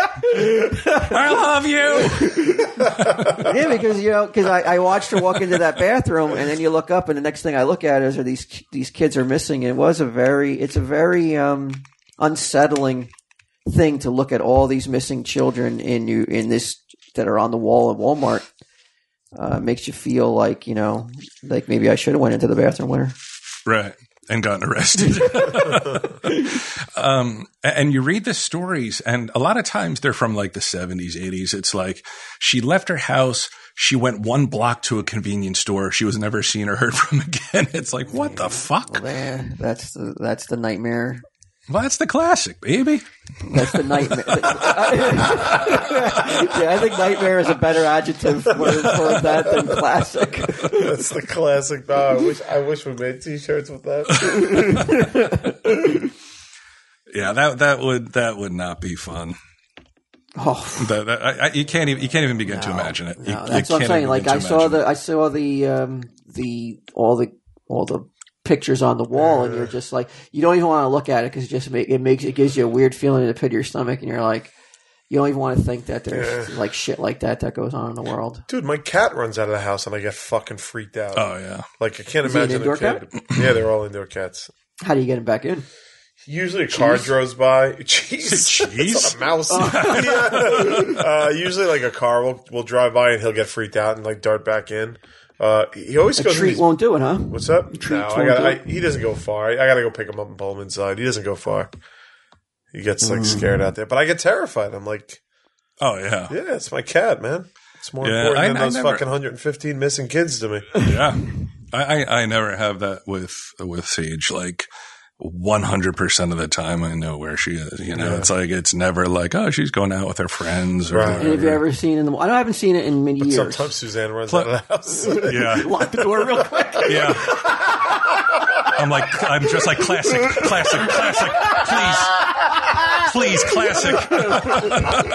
S2: I love you.
S4: yeah, because you know, because I, I watched her walk into that bathroom, and then you look up, and the next thing I look at is are these these kids are missing. It was a very, it's a very um, unsettling thing to look at all these missing children in you in this that are on the wall at Walmart. Uh, it makes you feel like you know, like maybe I should have went into the bathroom with her.
S2: Right. And gotten arrested. um, a- and you read the stories, and a lot of times they're from like the 70s, 80s. It's like she left her house. She went one block to a convenience store. She was never seen or heard from again. It's like, what the fuck?
S4: Man, that's the that's the nightmare.
S2: Well, that's the classic, baby.
S4: That's the nightmare. yeah, I think nightmare is a better adjective for, for that than classic.
S3: That's the classic. Oh, I wish I wish we made T-shirts with that.
S2: Yeah, that, that would, that would not be fun.
S4: Oh,
S2: That, that, I, I, you can't even, you can't even begin to imagine it. You-
S4: no,
S2: you
S4: that's what I'm
S2: can't
S4: saying.
S2: even
S4: Like
S2: begin
S4: I
S2: to
S4: saw
S2: imagine it.
S4: the I saw the um, the all the all the pictures on the wall, and you're just like you don't even want to look at it because it just make, it makes it gives you a weird feeling in the pit of your stomach, and you're like you don't even want to think that there's like shit like that that goes on in the world.
S3: Dude, my cat runs out of the house and I get fucking freaked out.
S2: Oh, yeah.
S3: like I can't
S4: he an
S3: imagine
S4: indoor
S3: a kid. Yeah, they're all indoor cats.
S4: How do you get him back in?
S3: Usually a car drives by. Cheese.
S2: Cheese? Oh.
S3: It's not a mouse. Yeah. Uh, usually like a car will will drive by and he'll get freaked out and like dart back in. Uh, he always
S4: A
S3: goes. in
S4: treat
S3: these-
S4: won't do it, huh?
S3: What's up? no, I
S4: won't
S3: got.
S4: do
S3: I,
S4: it.
S3: he doesn't go far. I, I got to go pick him up and pull him inside. He doesn't go far. He gets
S4: Mm.
S3: like scared out there, but I get terrified. I'm like,
S2: Oh, yeah.
S3: yeah, it's my cat, man. It's more
S2: Yeah,
S3: important
S2: I-
S3: than
S2: I
S3: those
S2: never-
S3: fucking 115 missing kids to me.
S2: yeah I, I i never have that with with sage like 100% of the time i know where she is you know it's like it's never like oh she's going out with her friends or
S3: Right.
S4: And have you ever seen in the? I, don't, I haven't seen it in many years.
S3: Sometimes Suzanne runs
S2: Pl-
S3: out of the house.
S2: yeah
S4: Lock the door real quick.
S2: yeah i'm like i'm just like classic classic classic please please classic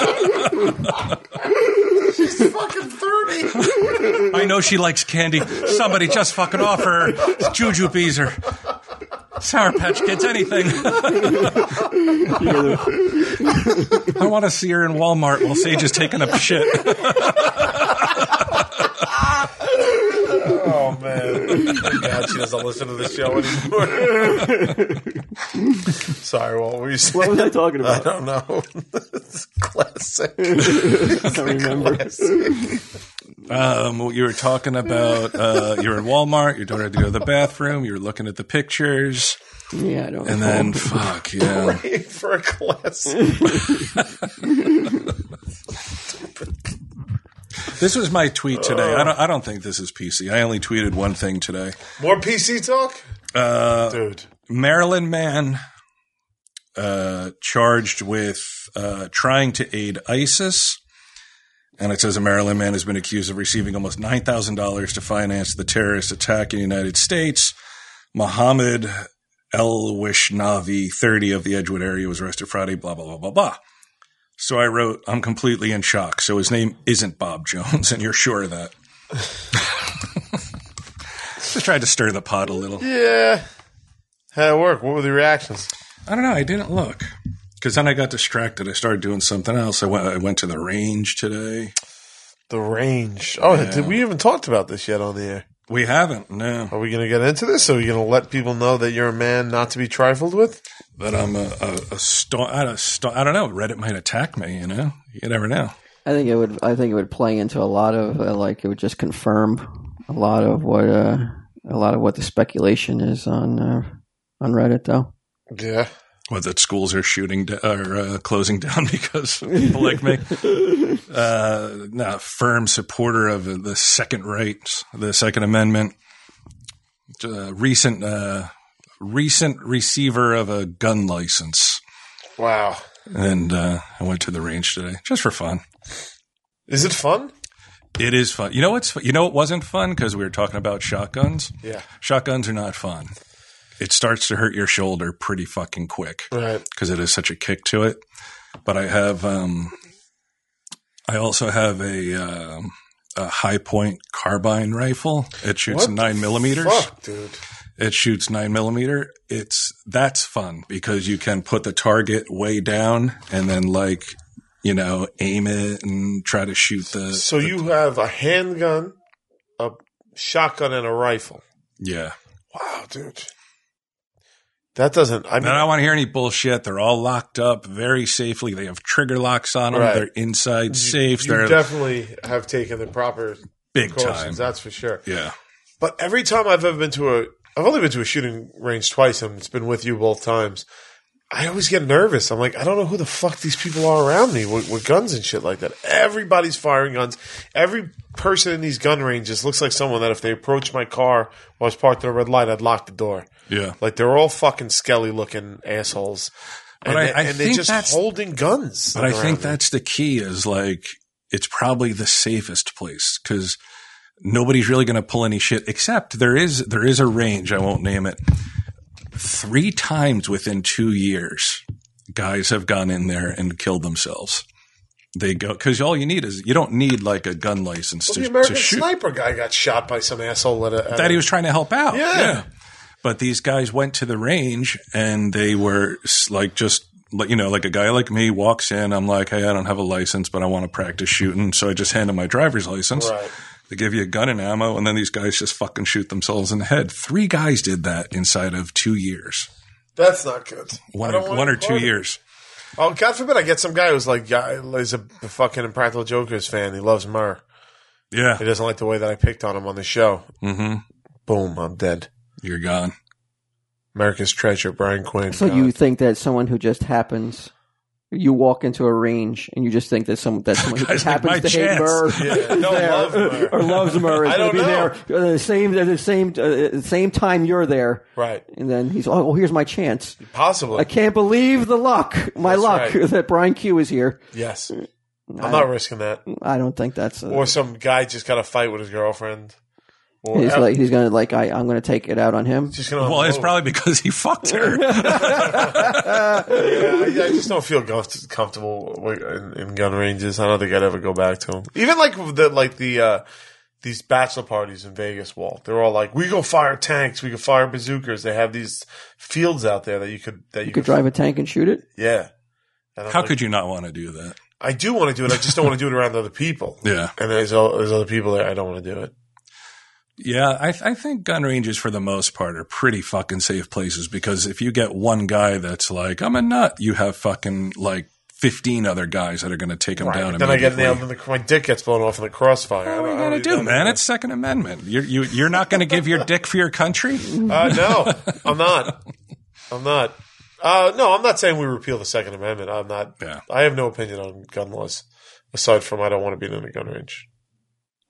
S3: She's fucking 30.
S2: I know she likes candy. Somebody just fucking offer her juju bees or Sour Patch Kids, anything. I want to see her in Walmart while Sage is taking a shit.
S3: Oh, man. Thank God she doesn't listen to the show anymore. Sorry, what were you saying?
S4: What was I talking
S3: I
S4: about?
S3: don't know. it's classic.
S4: I don't remember.
S2: Um, you were talking about uh, you're in Walmart. Your daughter had to go to the bathroom. You were looking at the pictures,
S4: Yeah, I don't.
S2: and
S4: recall.
S2: then fuck yeah.
S3: For a classic.
S2: This was my tweet today. I don't. I don't think this is PC. I only tweeted one thing today.
S3: More PC talk? Uh, Dude.
S2: Maryland man uh, charged with uh, trying to aid ISIS. And it says a Maryland man has been accused of receiving almost $9,000 to finance the terrorist attack in the United States. Mohammed El Wishnavi, 30 of the Edgewood area, was arrested Friday, blah, blah, blah, blah, blah. So I wrote, I'm completely in shock. So his name isn't Bob Jones, and you're sure of that. Just tried to stir the pot a little.
S3: Yeah. How'd it work? What were the reactions?
S2: I don't know. I didn't look because then I got distracted. I started doing something else. I went. I went to the range today.
S3: The range. Oh, did we even talked about this yet on the air?
S2: We haven't. No,
S3: Are we going to get into this? Are we going to let people know that you're a man not to be trifled with?
S2: but I'm a a, a, sta- I don't- sta- I don't know. Reddit might attack me. You know. You never know.
S4: I think it would. I think it would play into a lot of uh, like it would just confirm a lot of what uh, a lot of what the speculation is on uh, on Reddit though.
S3: Yeah.
S2: What that schools are shooting d- or uh, closing down because of people like me. Uh, not a firm supporter of the second right, the Second Amendment. Uh, recent uh, recent receiver of a gun license.
S3: Wow.
S2: and uh, I went to the range today just for fun.
S3: Is it fun?
S2: It is fun. You know what's fu- you know what wasn't fun because we were talking about shotguns.
S3: Yeah.
S2: Shotguns are not fun. It starts to hurt your shoulder pretty fucking quick
S3: Right.
S2: because it is such a kick to it. But I have um, I also have a um, a high point carbine rifle. It shoots
S3: What
S2: nine millimeters.
S3: Fuck, dude.
S2: It shoots nine millimeter. It's that's fun because you can put the target way down and then like you know aim it and try to shoot the
S3: So you have a handgun, a shotgun, and a rifle.
S2: yeah.
S3: Wow, dude. That doesn't. I
S2: And I
S3: mean,
S2: don't want to hear any bullshit. They're all locked up very safely. They have trigger locks on them.
S3: Right.
S2: They're inside safes.
S3: you
S2: They're
S3: definitely have taken the proper
S2: big time.
S3: precautions. That's for sure.
S2: Yeah.
S3: But every time I've ever been to a, I've only been to a shooting range twice, and it's been with you both times. I always get nervous. I'm like, I don't know who the fuck these people are around me with, with guns and shit like that. Everybody's firing guns. Every person in these gun ranges looks like someone that if they approached my car while I was parked at a red light, I'd lock the door.
S2: Yeah.
S3: Like they're all fucking skelly looking assholes. And,
S2: But I-
S3: they,
S2: I
S3: and they're
S2: think
S3: just
S2: that's-
S3: holding guns.
S2: But I
S3: around
S2: think
S3: me.
S2: that's the key is like, it's probably the safest place because nobody's really going to pull any shit except there is, there is a range. I won't name it. Three times within two years, guys have gone in there and killed themselves. They go, cause all you need is, you don't need like a gun license
S3: the
S2: to,
S3: American
S2: to shoot.
S3: sniper guy got shot by some asshole at a. At
S2: that
S3: a-
S2: he was trying to help out.
S3: Yeah.
S2: But these guys went to the range and they were s- like just like you know like a guy like me walks in I'm like hey I don't have a license but I want to practice shooting so I just hand him my driver's license.
S3: Right.
S2: They give you a gun and ammo and then these guys just fucking shoot themselves in the head. Three guys did that inside of 2 years.
S3: That's not good. I
S2: One
S3: don't
S2: or,
S3: wanna
S2: one or
S3: be part
S2: 2
S3: of it.
S2: years.
S3: Oh, God forbid I get some guy who's like, yeah, he's a fucking Impractical Jokers fan. He loves Murr. He
S2: Yeah.
S3: doesn't like the way that I picked on him on the show.
S2: Mhm.
S3: Boom, I'm dead.
S2: You're gone.
S3: America's treasure, Brian Quinn.
S4: So
S3: God.
S4: you think that someone who just happens, you walk into a range and you just think that some that someone who
S2: Guys,
S4: just
S2: like,
S4: happens
S2: my
S4: to hate
S2: chance.
S4: Murr
S3: Yeah, no, love Murr.
S4: or loves Murr is
S3: I
S4: going to
S3: don't
S4: be
S3: know.
S4: there uh, the same at the same uh, same time you're there,
S3: Right.
S4: and then he's oh well, here's my chance.
S3: Possibly.
S4: I can't believe the luck, my
S3: That's
S4: luck
S3: right.
S4: that Brian Q is here.
S3: Yes. I'm
S4: Mm, I-
S3: not risking that.
S4: I don't think that's a,
S3: Or some guy just got a fight with his girlfriend. Or
S4: He's like he's gonna like I, I'm gonna take it out on him.
S3: just gonna
S2: Well, it's
S3: unload.
S2: probably because he fucked her.
S3: Yeah, I, I just don't feel gov- comfortable wi- in, in gun ranges. I don't think I'd ever go back to them. Even like the like the uh, these bachelor parties in Vegas. Walt, they're all like, we go fire tanks, we go fire bazookas. They have these fields out there that you could that you,
S4: You could drive a tank and shoot it.
S3: Yeah. And I'm
S2: How
S3: like,
S2: could you not want to do that?
S3: I do want to do it? I just don't want to do it around other people.
S2: Yeah.
S3: And there's all, there's other people there. I don't want to do it.
S2: Yeah, I, I think gun ranges for the most part are pretty fucking safe places because if you get one guy that's like, I'm a nut, you have fucking like 15 other guys that are going to take him down.
S3: Right. Then I get
S2: immediately.
S3: nailed in the my dick gets blown off in the crossfire. I
S2: What are you
S3: don't- I
S2: going to
S3: don't
S2: do,
S3: need
S2: man?
S3: that.
S2: It's Second Amendment. You're, you, you're not going to give your dick for your country?
S3: Uh, no, I'm not. I'm not. Uh, no, I'm not saying we repeal the Second Amendment. I'm not.
S2: Yeah.
S3: I have no opinion on gun laws aside from I don't want to be in a gun range,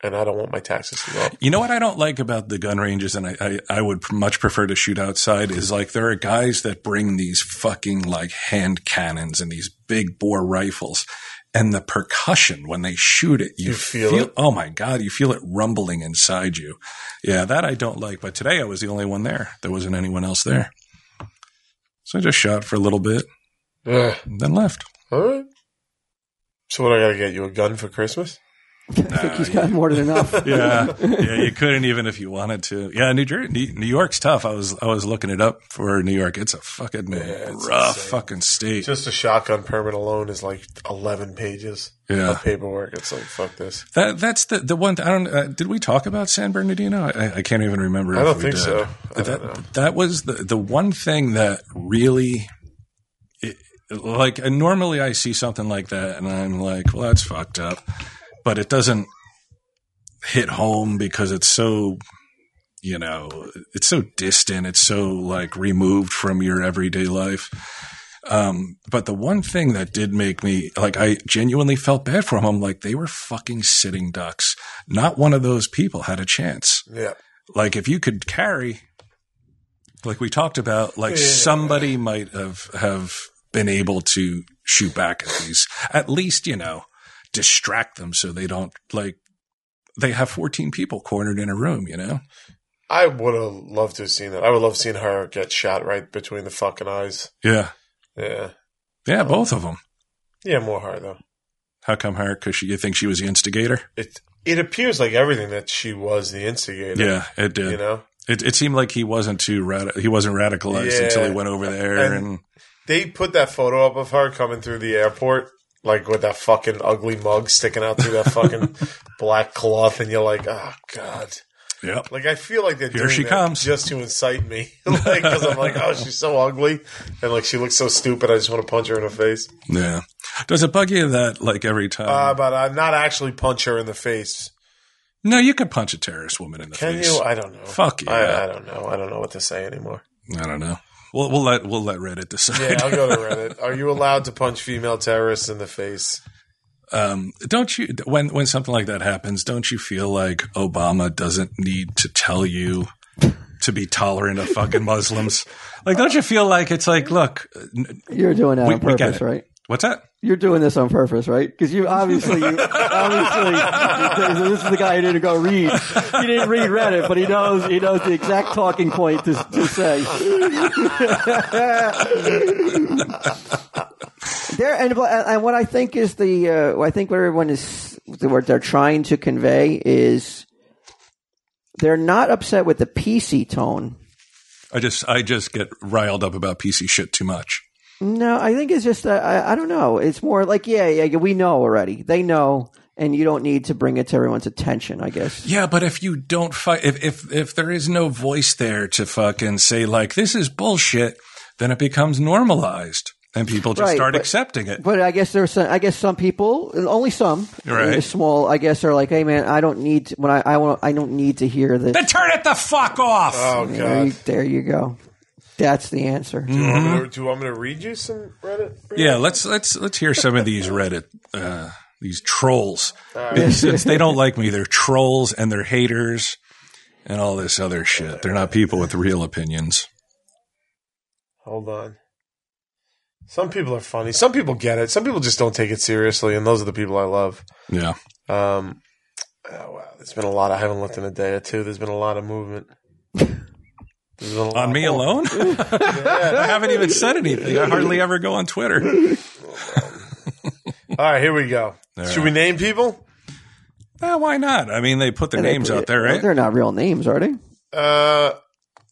S3: and I don't want my taxes to go up.
S2: You know what I don't like about the gun ranges, and I, I, I would much prefer to shoot outside, is like there are guys that bring these fucking like hand cannons and these big bore rifles. And the percussion when they shoot it, you,
S3: You feel
S2: feel,
S3: it?
S2: oh my God, you feel it rumbling inside you. Yeah, that I don't like. But today I was the only one there. There wasn't anyone else there. Hmm. So I just shot for a little bit
S3: Ugh.
S2: and then left.
S3: All right. So what? I gotta get you a gun for Christmas?
S4: I think he's got more than enough.
S2: yeah, yeah, you couldn't even if you wanted to. Yeah, New Jersey, New, New York's tough. I was I was looking it up for New York. It's a fucking
S3: it's
S2: rough
S3: insane.
S2: fucking state.
S3: Just a shotgun permit alone is like 11 pages
S2: Yeah.
S3: of paperwork. It's like fuck this.
S2: that that's the the one. I don't. Uh, did we talk about San Bernardino? I, I can't even remember.
S3: I
S2: if
S3: don't
S2: we
S3: think
S2: did.
S3: so. I
S2: that
S3: don't know.
S2: that was the the one thing that really. It, like and normally I see something like that and I'm like, well, that's fucked up, but it doesn't hit home because it's so you know, it's so distant. It's so like removed from your everyday life. Um, but the one thing that did make me like, I genuinely felt bad for them. I'm like, they were fucking sitting ducks. Not one of those people had a chance.
S3: Yeah.
S2: Like, if you could carry, like we talked about, like somebody might have, have been able to shoot back at these, at least, you know, distract them so they don't like, they have 14 people cornered in a room, you know?
S3: I would have loved to have seen that. I would love seeing her get shot right between the fucking eyes.
S2: Yeah.
S3: Yeah.
S2: Yeah, both of them.
S3: Yeah, more her though.
S2: How come her? Because you think she was the instigator?
S3: It it appears like everything that she was the instigator.
S2: Yeah, it did.
S3: You know?
S2: it, it seemed like he wasn't too rad- he wasn't radicalized
S3: Yeah.
S2: until he went over there,
S3: And-
S2: and,
S3: They put that photo up of her coming through the airport, like with that fucking ugly mug sticking out through that fucking black cloth, and you're like, oh, God.
S2: yep,
S3: Like, I feel like they're
S2: Here
S3: doing
S2: she
S3: that
S2: comes.
S3: just to incite me. like, because I'm like, oh, she's so ugly. And, like, she looks so stupid. I just want to punch her in the face.
S2: yeah. Does it bug you that like every time?
S3: Uh, but uh, not actually punch her in the face.
S2: no, you could punch a terrorist woman in the
S3: Can
S2: face.
S3: you? I don't know.
S2: Fuck yeah.
S3: I, I don't know. I don't know what to say anymore.
S2: I, don't know. We'll, we'll let we'll let Reddit
S3: Yeah,
S2: decide.
S3: I'll go to Reddit. Are you allowed to punch female terrorists in the face?
S2: um, don't you when when something like that happens? Don't you feel like Obama doesn't need to tell you? To be tolerant of fucking Muslims, like don't you feel like it's like, look, n-
S4: You're doing that
S2: We-
S4: on
S2: we get
S4: purpose,
S2: it.
S4: right?
S2: what's that?
S4: You're doing this on purpose, right? Because you obviously, you, obviously, you- this is the guy who didn't go read. He didn't read Reddit, but he knows he knows the exact talking point to, to say. there and, and what I think is the uh, I think what everyone is what they're trying to convey is they're not upset with the PC tone.
S2: I just I just get riled up about PC shit too much.
S4: No, I think it's just uh, I, I don't know. It's more like yeah, yeah, we know already. They know, and you don't need to bring it to everyone's attention. I guess.
S2: Yeah, but if you don't fight, if if if there is no voice there to fucking say like this is bullshit, then it becomes normalized and people just
S4: Right,
S2: start
S4: but-
S2: accepting it.
S4: But I guess there's some, I guess some people, only some,
S2: Right.
S4: uh, small. I guess are like, hey man, I don't need to, when I I, want, I don't need to hear this.
S2: then turn it the fuck off.
S3: Oh,
S4: there, you,
S3: God.
S4: there you go. That's the answer.
S3: Do you want me to- do you want me to read you some Reddit?
S2: yeah, let's let's let's hear some of these Reddit uh, these trolls. Since they don't like me, they're trolls and they're haters and all this other shit. They're not people with real opinions.
S3: Hold on. Some people are funny. Some people get it. Some people just don't take it seriously, and those are the people I love.
S2: Yeah.
S3: Um, oh, wow. There's been a lot. I haven't looked in a day or two. There's been a lot of movement. There's been a lot
S2: On me
S3: more.
S2: alone? I haven't even said anything. I hardly ever go on Twitter.
S3: All right, here we go. Should we name people?
S2: Eh, why not? I mean, they put their names out there, right?
S4: They're not real names, are they?
S3: Uh,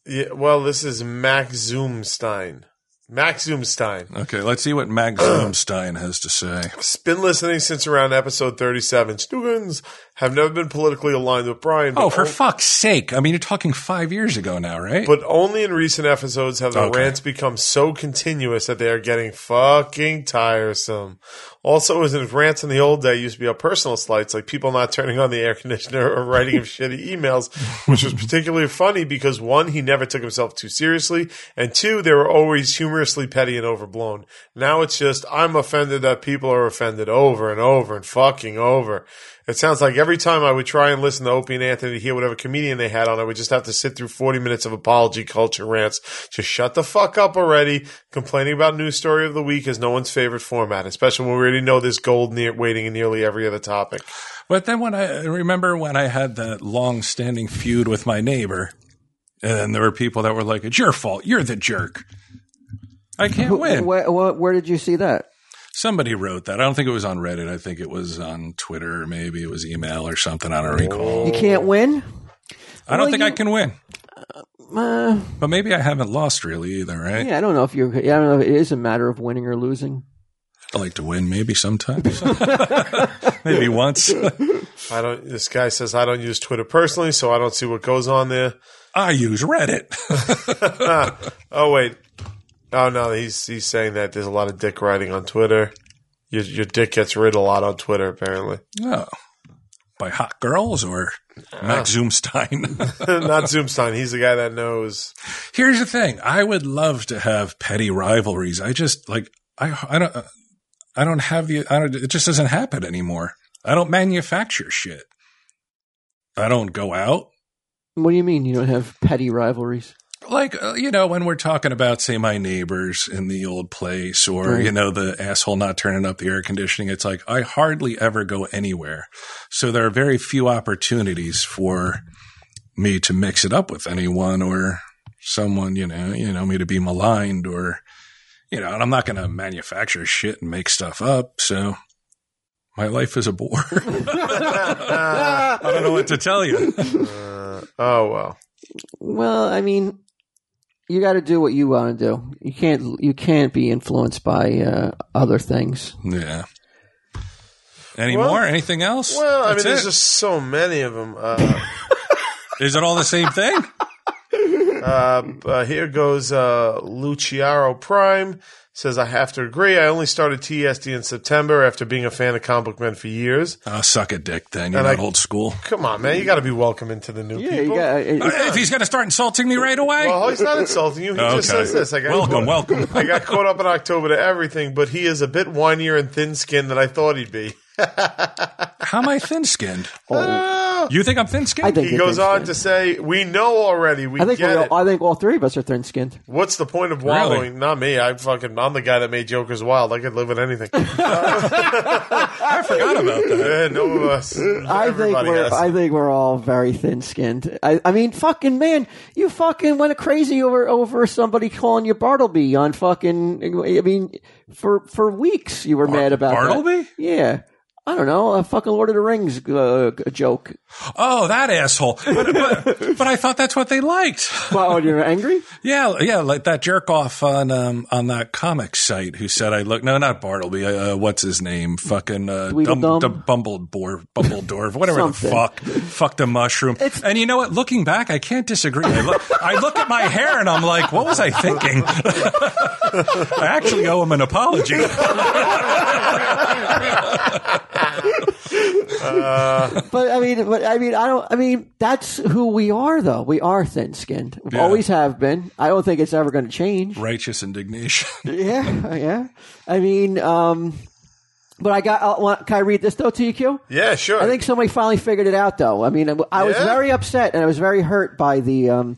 S3: yeah, well, this is Max Zoomstein. Max Zoomstein.
S2: Okay, let's see what Max Blumstein has to say.
S3: Been listening since around episode 37. Students have never been politically aligned with Brian. but
S2: Oh, for
S3: on-
S2: fuck's sake. I mean, you're talking five years ago now, right?
S3: But only in recent episodes have the
S2: Okay.
S3: rants become so continuous that they are getting fucking tiresome. Also, as in rants in the old day used to be on personal slights, like people not turning on the air conditioner or writing him shitty emails, which was particularly funny because one, he never took himself too seriously, and two, they were always humorously petty and overblown. Now it's just, I'm offended that people are offended over and over and fucking over. It sounds like every time I would try and listen to Opie and Anthony to hear whatever comedian they had on, I would just have to sit through 40 minutes of apology culture rants. Just shut the fuck up already. Complaining about news story of the week is no one's favorite format, especially when we already know there's gold near, waiting in nearly every other topic.
S2: But then when I remember when I had that long standing feud with my neighbor, and there were people that were like, it's your fault. You're the jerk. I can't
S4: And
S2: win.
S4: where, where, where did you see that?
S2: Somebody wrote that. I don't think it was on Reddit. I think it was on Twitter or maybe it was email or something. I don't recall.
S4: You can't win.
S2: I don't
S4: Well,
S2: think I
S4: you-
S2: can win.
S4: Uh,
S2: But maybe I haven't lost really either, right?
S4: yeah, I don't know if you. I don't know if it is a matter of winning or losing.
S2: I like to win maybe sometimes. maybe once.
S3: I don't, this guy says I don't use Twitter personally, so I don't see what goes on there.
S2: I use Reddit.
S3: Oh, wait. Oh, no, he's, he's saying that there's a lot of dick riding on Twitter. Your, your dick gets rid a lot on Twitter, apparently.
S2: Oh. By hot girls or
S4: Oh.
S2: Max Zoomstein.
S3: Not Zoomstein. He's the guy that knows.
S2: Here's the thing. I would love to have petty rivalries. I just like I I don't I don't have the I don't it just doesn't happen anymore. I don't manufacture shit. I don't go out.
S4: What do you mean you don't have petty rivalries?
S2: Like uh, you know when we're talking about say my neighbors in the old place or
S4: Right.
S2: you know the asshole not turning up the air conditioning it's like I hardly ever go anywhere. So there are very few opportunities for me to mix it up with anyone or someone, you know, you know, me to be maligned or, you know, and I'm not going to manufacture shit and make stuff up. So my life is a bore. I don't know what to tell you.
S3: Uh, oh, well.
S4: Well, I mean, you got to do what you want to do. You can't you can't be influenced by uh, other things.
S2: Yeah. Any
S3: Well-
S2: more? Anything else?
S3: Well, I mean,
S2: That's
S3: there's
S2: it.
S3: just so many of them. Uh,
S2: is it all the same thing?
S3: uh, uh, here goes uh, Luciaro Prime says, I have to agree. I only started TSD in September after being a fan of comic book men for years.
S2: I'll Oh, suck a dick then. You're
S3: And
S2: not
S3: I-
S2: old school.
S3: Come on, man. You got to be welcoming to the new
S4: Yeah,
S3: people.
S4: you got. It,
S2: Uh, if he's going to start insulting me right away.
S3: well, he's not insulting you. He just says this. I got
S2: welcome,
S3: caught,
S2: welcome.
S3: I got caught up in October to everything, but he is a bit whinier and thin skinned than I thought he'd be.
S2: How am I thin skinned?
S3: Oh.
S2: You think I'm thin skinned?
S4: I think
S3: He
S4: you're
S3: goes on
S4: thin-skinned.
S3: to say, We know already. We
S4: I think we
S3: get it.
S4: all, I think all three of us are thin skinned.
S3: What's the point of wallowing? Not me. I fucking I'm the guy that made Joker's wild. I could live with anything.
S2: I forgot about that.
S3: Yeah, Eh, no of us.
S4: I think
S3: Everybody
S4: we're
S3: has.
S4: I think we're all very thin skinned. I, I mean, fucking man, you fucking went crazy over over somebody calling you Bartleby on fucking. I mean, for for weeks you were mad about that.
S2: Bartleby?
S4: Yeah, I don't know, a fucking Lord of the Rings uh, g- joke.
S2: Oh, that asshole. But, but, but I thought that's what they liked.
S4: Well, oh, you're angry?
S2: Yeah, yeah, like that jerk off on um, on that comic site who said I look no, not Bartleby. Uh, what's his name? Fucking uh,
S4: Dweedledum?
S2: Dum- Bumbledore, Bumbledore, whatever the
S4: Something.
S2: fuck. Fuck the mushroom. and you know what? Looking back, I can't disagree. I look, I look at my hair and I'm like, what was I thinking? I actually owe him an apology.
S4: But I mean, but I mean, I don't. I mean, that's who we are, though. We are thin skinned.
S2: Yeah.
S4: Always have been. I don't think it's ever going to change.
S2: Righteous indignation.
S4: Yeah, yeah. I mean, um, but I got. I'll, want- can I read this though to you, Q?
S3: yeah, sure.
S4: I think somebody finally figured it out, though. I mean, I, I was
S3: Yeah?
S4: very upset and I was very hurt by the um,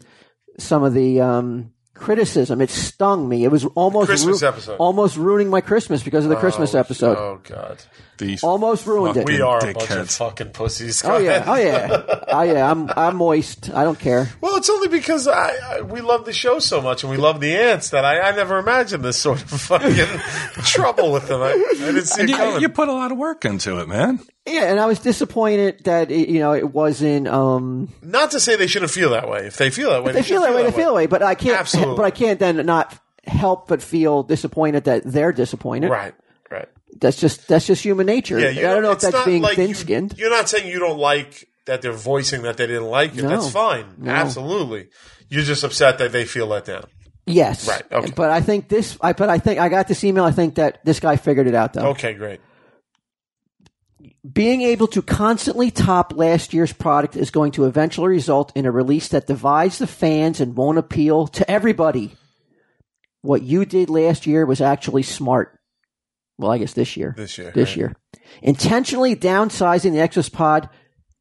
S4: some of the um, criticism. It stung me. It was almost
S3: Christmas episode.
S4: almost ruining my Christmas because of the Christmas episode.
S3: Oh God,
S2: These
S4: Almost ruined it.
S3: we are a bunch of
S2: Dickheads.
S3: fucking pussies. Go
S4: Oh yeah,
S3: ahead.
S4: oh yeah, oh yeah. I'm I'm moist. I don't care.
S3: Well, it's only because I, I we love the show so much and we love the ants that I, I never imagined this sort of fucking trouble with them. I, I didn't see it
S2: you,
S3: coming.
S2: you put a lot of work into it, man.
S4: Yeah, and I was disappointed that it, you know it wasn't. Um,
S3: Not to say they shouldn't feel that way. If they feel that way,
S4: they
S3: should
S4: feel that way. They feel that way, but I can't.
S3: Absolutely.
S4: But I can't then not help but feel disappointed that they're disappointed.
S3: Right, right.
S4: That's just that's just human nature.
S3: Yeah,
S4: I
S3: you
S4: don't know if
S3: it's
S4: that's
S3: not
S4: being
S3: like you-
S4: thin-skinned.
S3: You're not saying you don't like that they're voicing that they didn't like it.
S4: No.
S3: That's fine.
S4: No.
S3: Absolutely. You're just upset that they feel let down.
S4: yes,
S3: Right, okay.
S4: But I think this. I but I think I got this email. I think that this guy figured it out though.
S3: Okay, great.
S4: Being able to constantly top last year's product is going to eventually result in a release that divides the fans and won't appeal to everybody. What you did last year was actually smart. Well, I guess this year.
S3: This year,
S4: This
S3: right.
S4: year. Intentionally downsizing the Exospod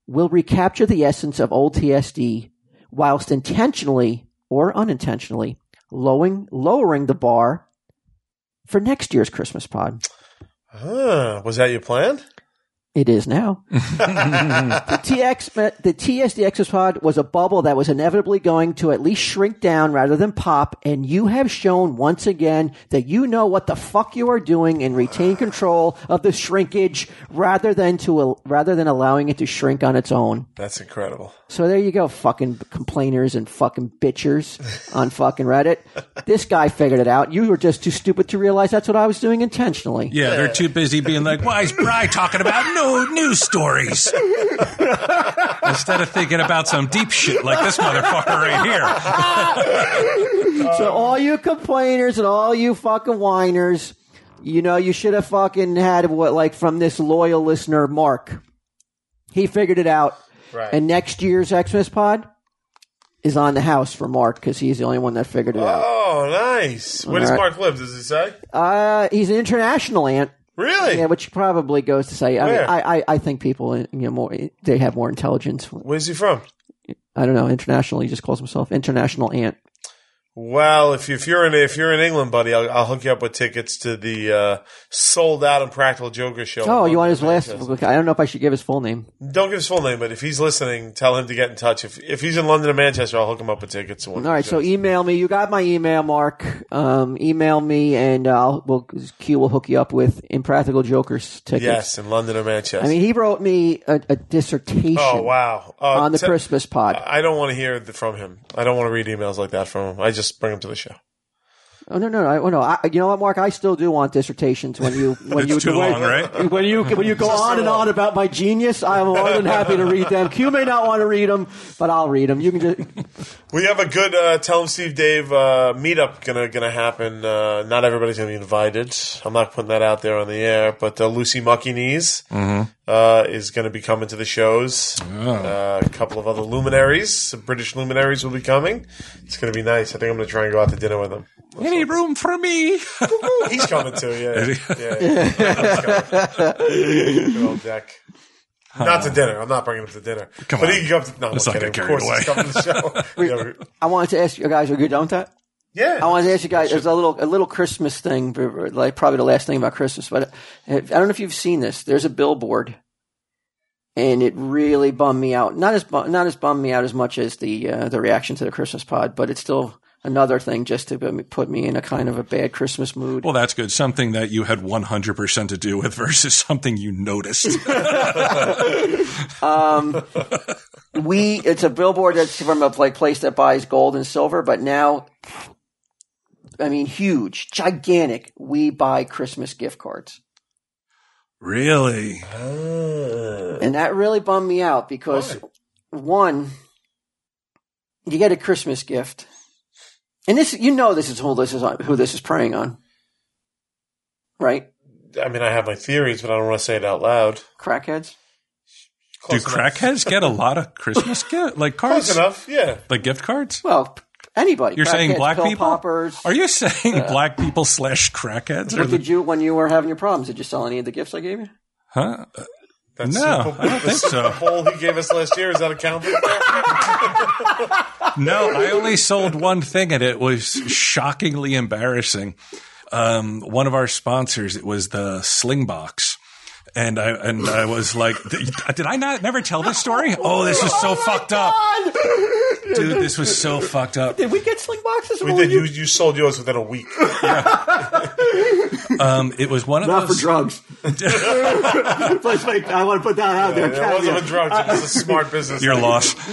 S4: will recapture the essence of old TSD whilst intentionally or unintentionally lowering, lowering the bar for next year's Christmas pod.
S3: Huh. Was that your plan?
S4: It is now. the TX, uh, the TSD Exospod was a bubble that was inevitably going to at least shrink down rather than pop, and you have shown once again that you know what the fuck you are doing and retain control of the shrinkage rather than to rather than allowing it to shrink on its own.
S3: That's incredible.
S4: So there you go, fucking complainers and fucking bitchers on fucking Reddit. This guy figured it out. You were just too stupid to realize that's what I was doing intentionally.
S2: Yeah, they're too busy being like, why is Bry talking about no news stories? Instead of thinking about some deep shit like this motherfucker right here.
S4: So all you complainers and all you fucking whiners, you know, you should have fucking had what like from this loyal listener, Mark. He figured it out.
S3: Right.
S4: And next year's Xmas pod is on the house for Mark because he's the only one that figured it out.
S3: Oh, nice. Where does
S4: All right.
S3: Mark live? Does he say?
S4: Uh, he's an international ant.
S3: Really?
S4: Yeah, which probably goes to say, I, mean,
S3: Where?
S4: I, I, I think people, uh, you know, more they have more intelligence.
S3: Where's he from?
S4: I don't know. International, he just calls himself international ant.
S3: Well, if, you, if you're in if you're in England, buddy, I'll, I'll hook you up with tickets to the uh, sold out Impractical Joker show.
S4: Oh, you want his last?
S3: Manchester.
S4: I don't know if I should give his full name.
S3: Don't give his full name, but if he's listening, tell him to get in touch. If if he's in London or Manchester, I'll hook him up with tickets. to one of
S4: All right,
S3: the
S4: so
S3: shows.
S4: email me. You got my email, Mark. Um, email me, and uh, I'll we'll, Q will hook you up with Impractical Jokers tickets.
S3: yes, in London or Manchester.
S4: I mean, he wrote me a, a dissertation
S3: oh wow, uh,
S4: on the
S3: te-
S4: Christmas pod.
S2: uh,
S3: I don't want to hear th- from him. I don't want to read emails like that from him. I just bring him to the show.
S4: oh no, no, no, I, oh, no! I, you know what, Mark? I still do want dissertations when you when you
S2: It's too
S4: do
S2: long, right?
S4: When you when you go on and on about my genius, I'm more than happy to read them. Q may not want to read them, but I'll read them. You can just
S3: We have a good uh, tell him Steve Dave uh, meetup gonna gonna happen. Uh, not everybody's gonna be invited. I'm not putting that out there on the air, but uh, Lucy Mucky Knees
S2: Mm-hmm.
S3: uh, is gonna be coming to the shows.
S2: Oh.
S3: Uh, a couple of other luminaries, some British luminaries, will be coming. It's gonna be nice. I think I'm gonna try and go out to dinner with him.
S2: Any room for me?
S3: He's coming too. Yeah, yeah. yeah. He's coming. Good old Jack. Not to dinner. I'm not bringing him to dinner.
S2: Come
S3: but
S2: on.
S3: he can come to. No,
S2: Let's
S3: I'm
S2: not get
S3: kidding.
S2: carried
S3: Of course,
S2: away.
S3: he's coming to the show. yeah, we-
S4: I wanted to ask you guys, are you done with that?
S3: yeah.
S4: I wanted to ask you guys. There's a little a little Christmas thing, like probably the last thing about Christmas. But I don't know if you've seen this. There's a billboard, and it really bummed me out. Not as bu- not as bummed me out as much as the uh, the reaction to the Christmas pod, but it's still another thing just to put me- put me in a kind of a bad Christmas mood.
S2: Well, that's good. Something that you had 100% to do with versus something you noticed.
S4: Um, we it's a billboard that's from a like place that buys gold and silver, but now. I mean, huge, gigantic. We buy Christmas gift cards.
S2: really?
S4: And that really bummed me out because one, you get a Christmas gift, and this you know this is who this is on, who this is preying on, right?
S3: I mean, I have my theories, but I don't want to say it out loud.
S4: Crackheads.
S2: Do
S3: Close enough.
S2: crackheads get a lot of Christmas gift, like
S3: Close
S2: cards?
S3: enough, yeah.
S2: Like gift cards?
S4: Well, anybody.
S2: You're saying
S4: Crackheads,
S2: black
S4: pill
S2: people?
S4: Poppers.
S2: Are you saying black people slash crackheads? Or
S4: what
S2: the,
S4: did you when you were having your problems? Did you sell any of the gifts I gave you?
S2: huh?
S3: That
S2: No,
S3: Super,
S2: I don't
S3: the
S2: think so.
S3: Super Bowl he gave us last year is that a count?
S2: No, I only sold one thing, and it was shockingly embarrassing. Um, one of our sponsors, it was the Sling Box. And I and I was like, did I not never tell this story? Oh, this is so fucked up, dude! This was so fucked up.
S4: Did we get sling boxes?
S3: We did. You you sold yours within a week.
S2: Um, it was one of
S5: Not for
S2: those.
S5: drugs. Let's make, I want to put that out there.
S3: It wasn't
S5: caveat.
S3: a drug. It was a smart business.
S2: Your
S3: thing.
S2: loss.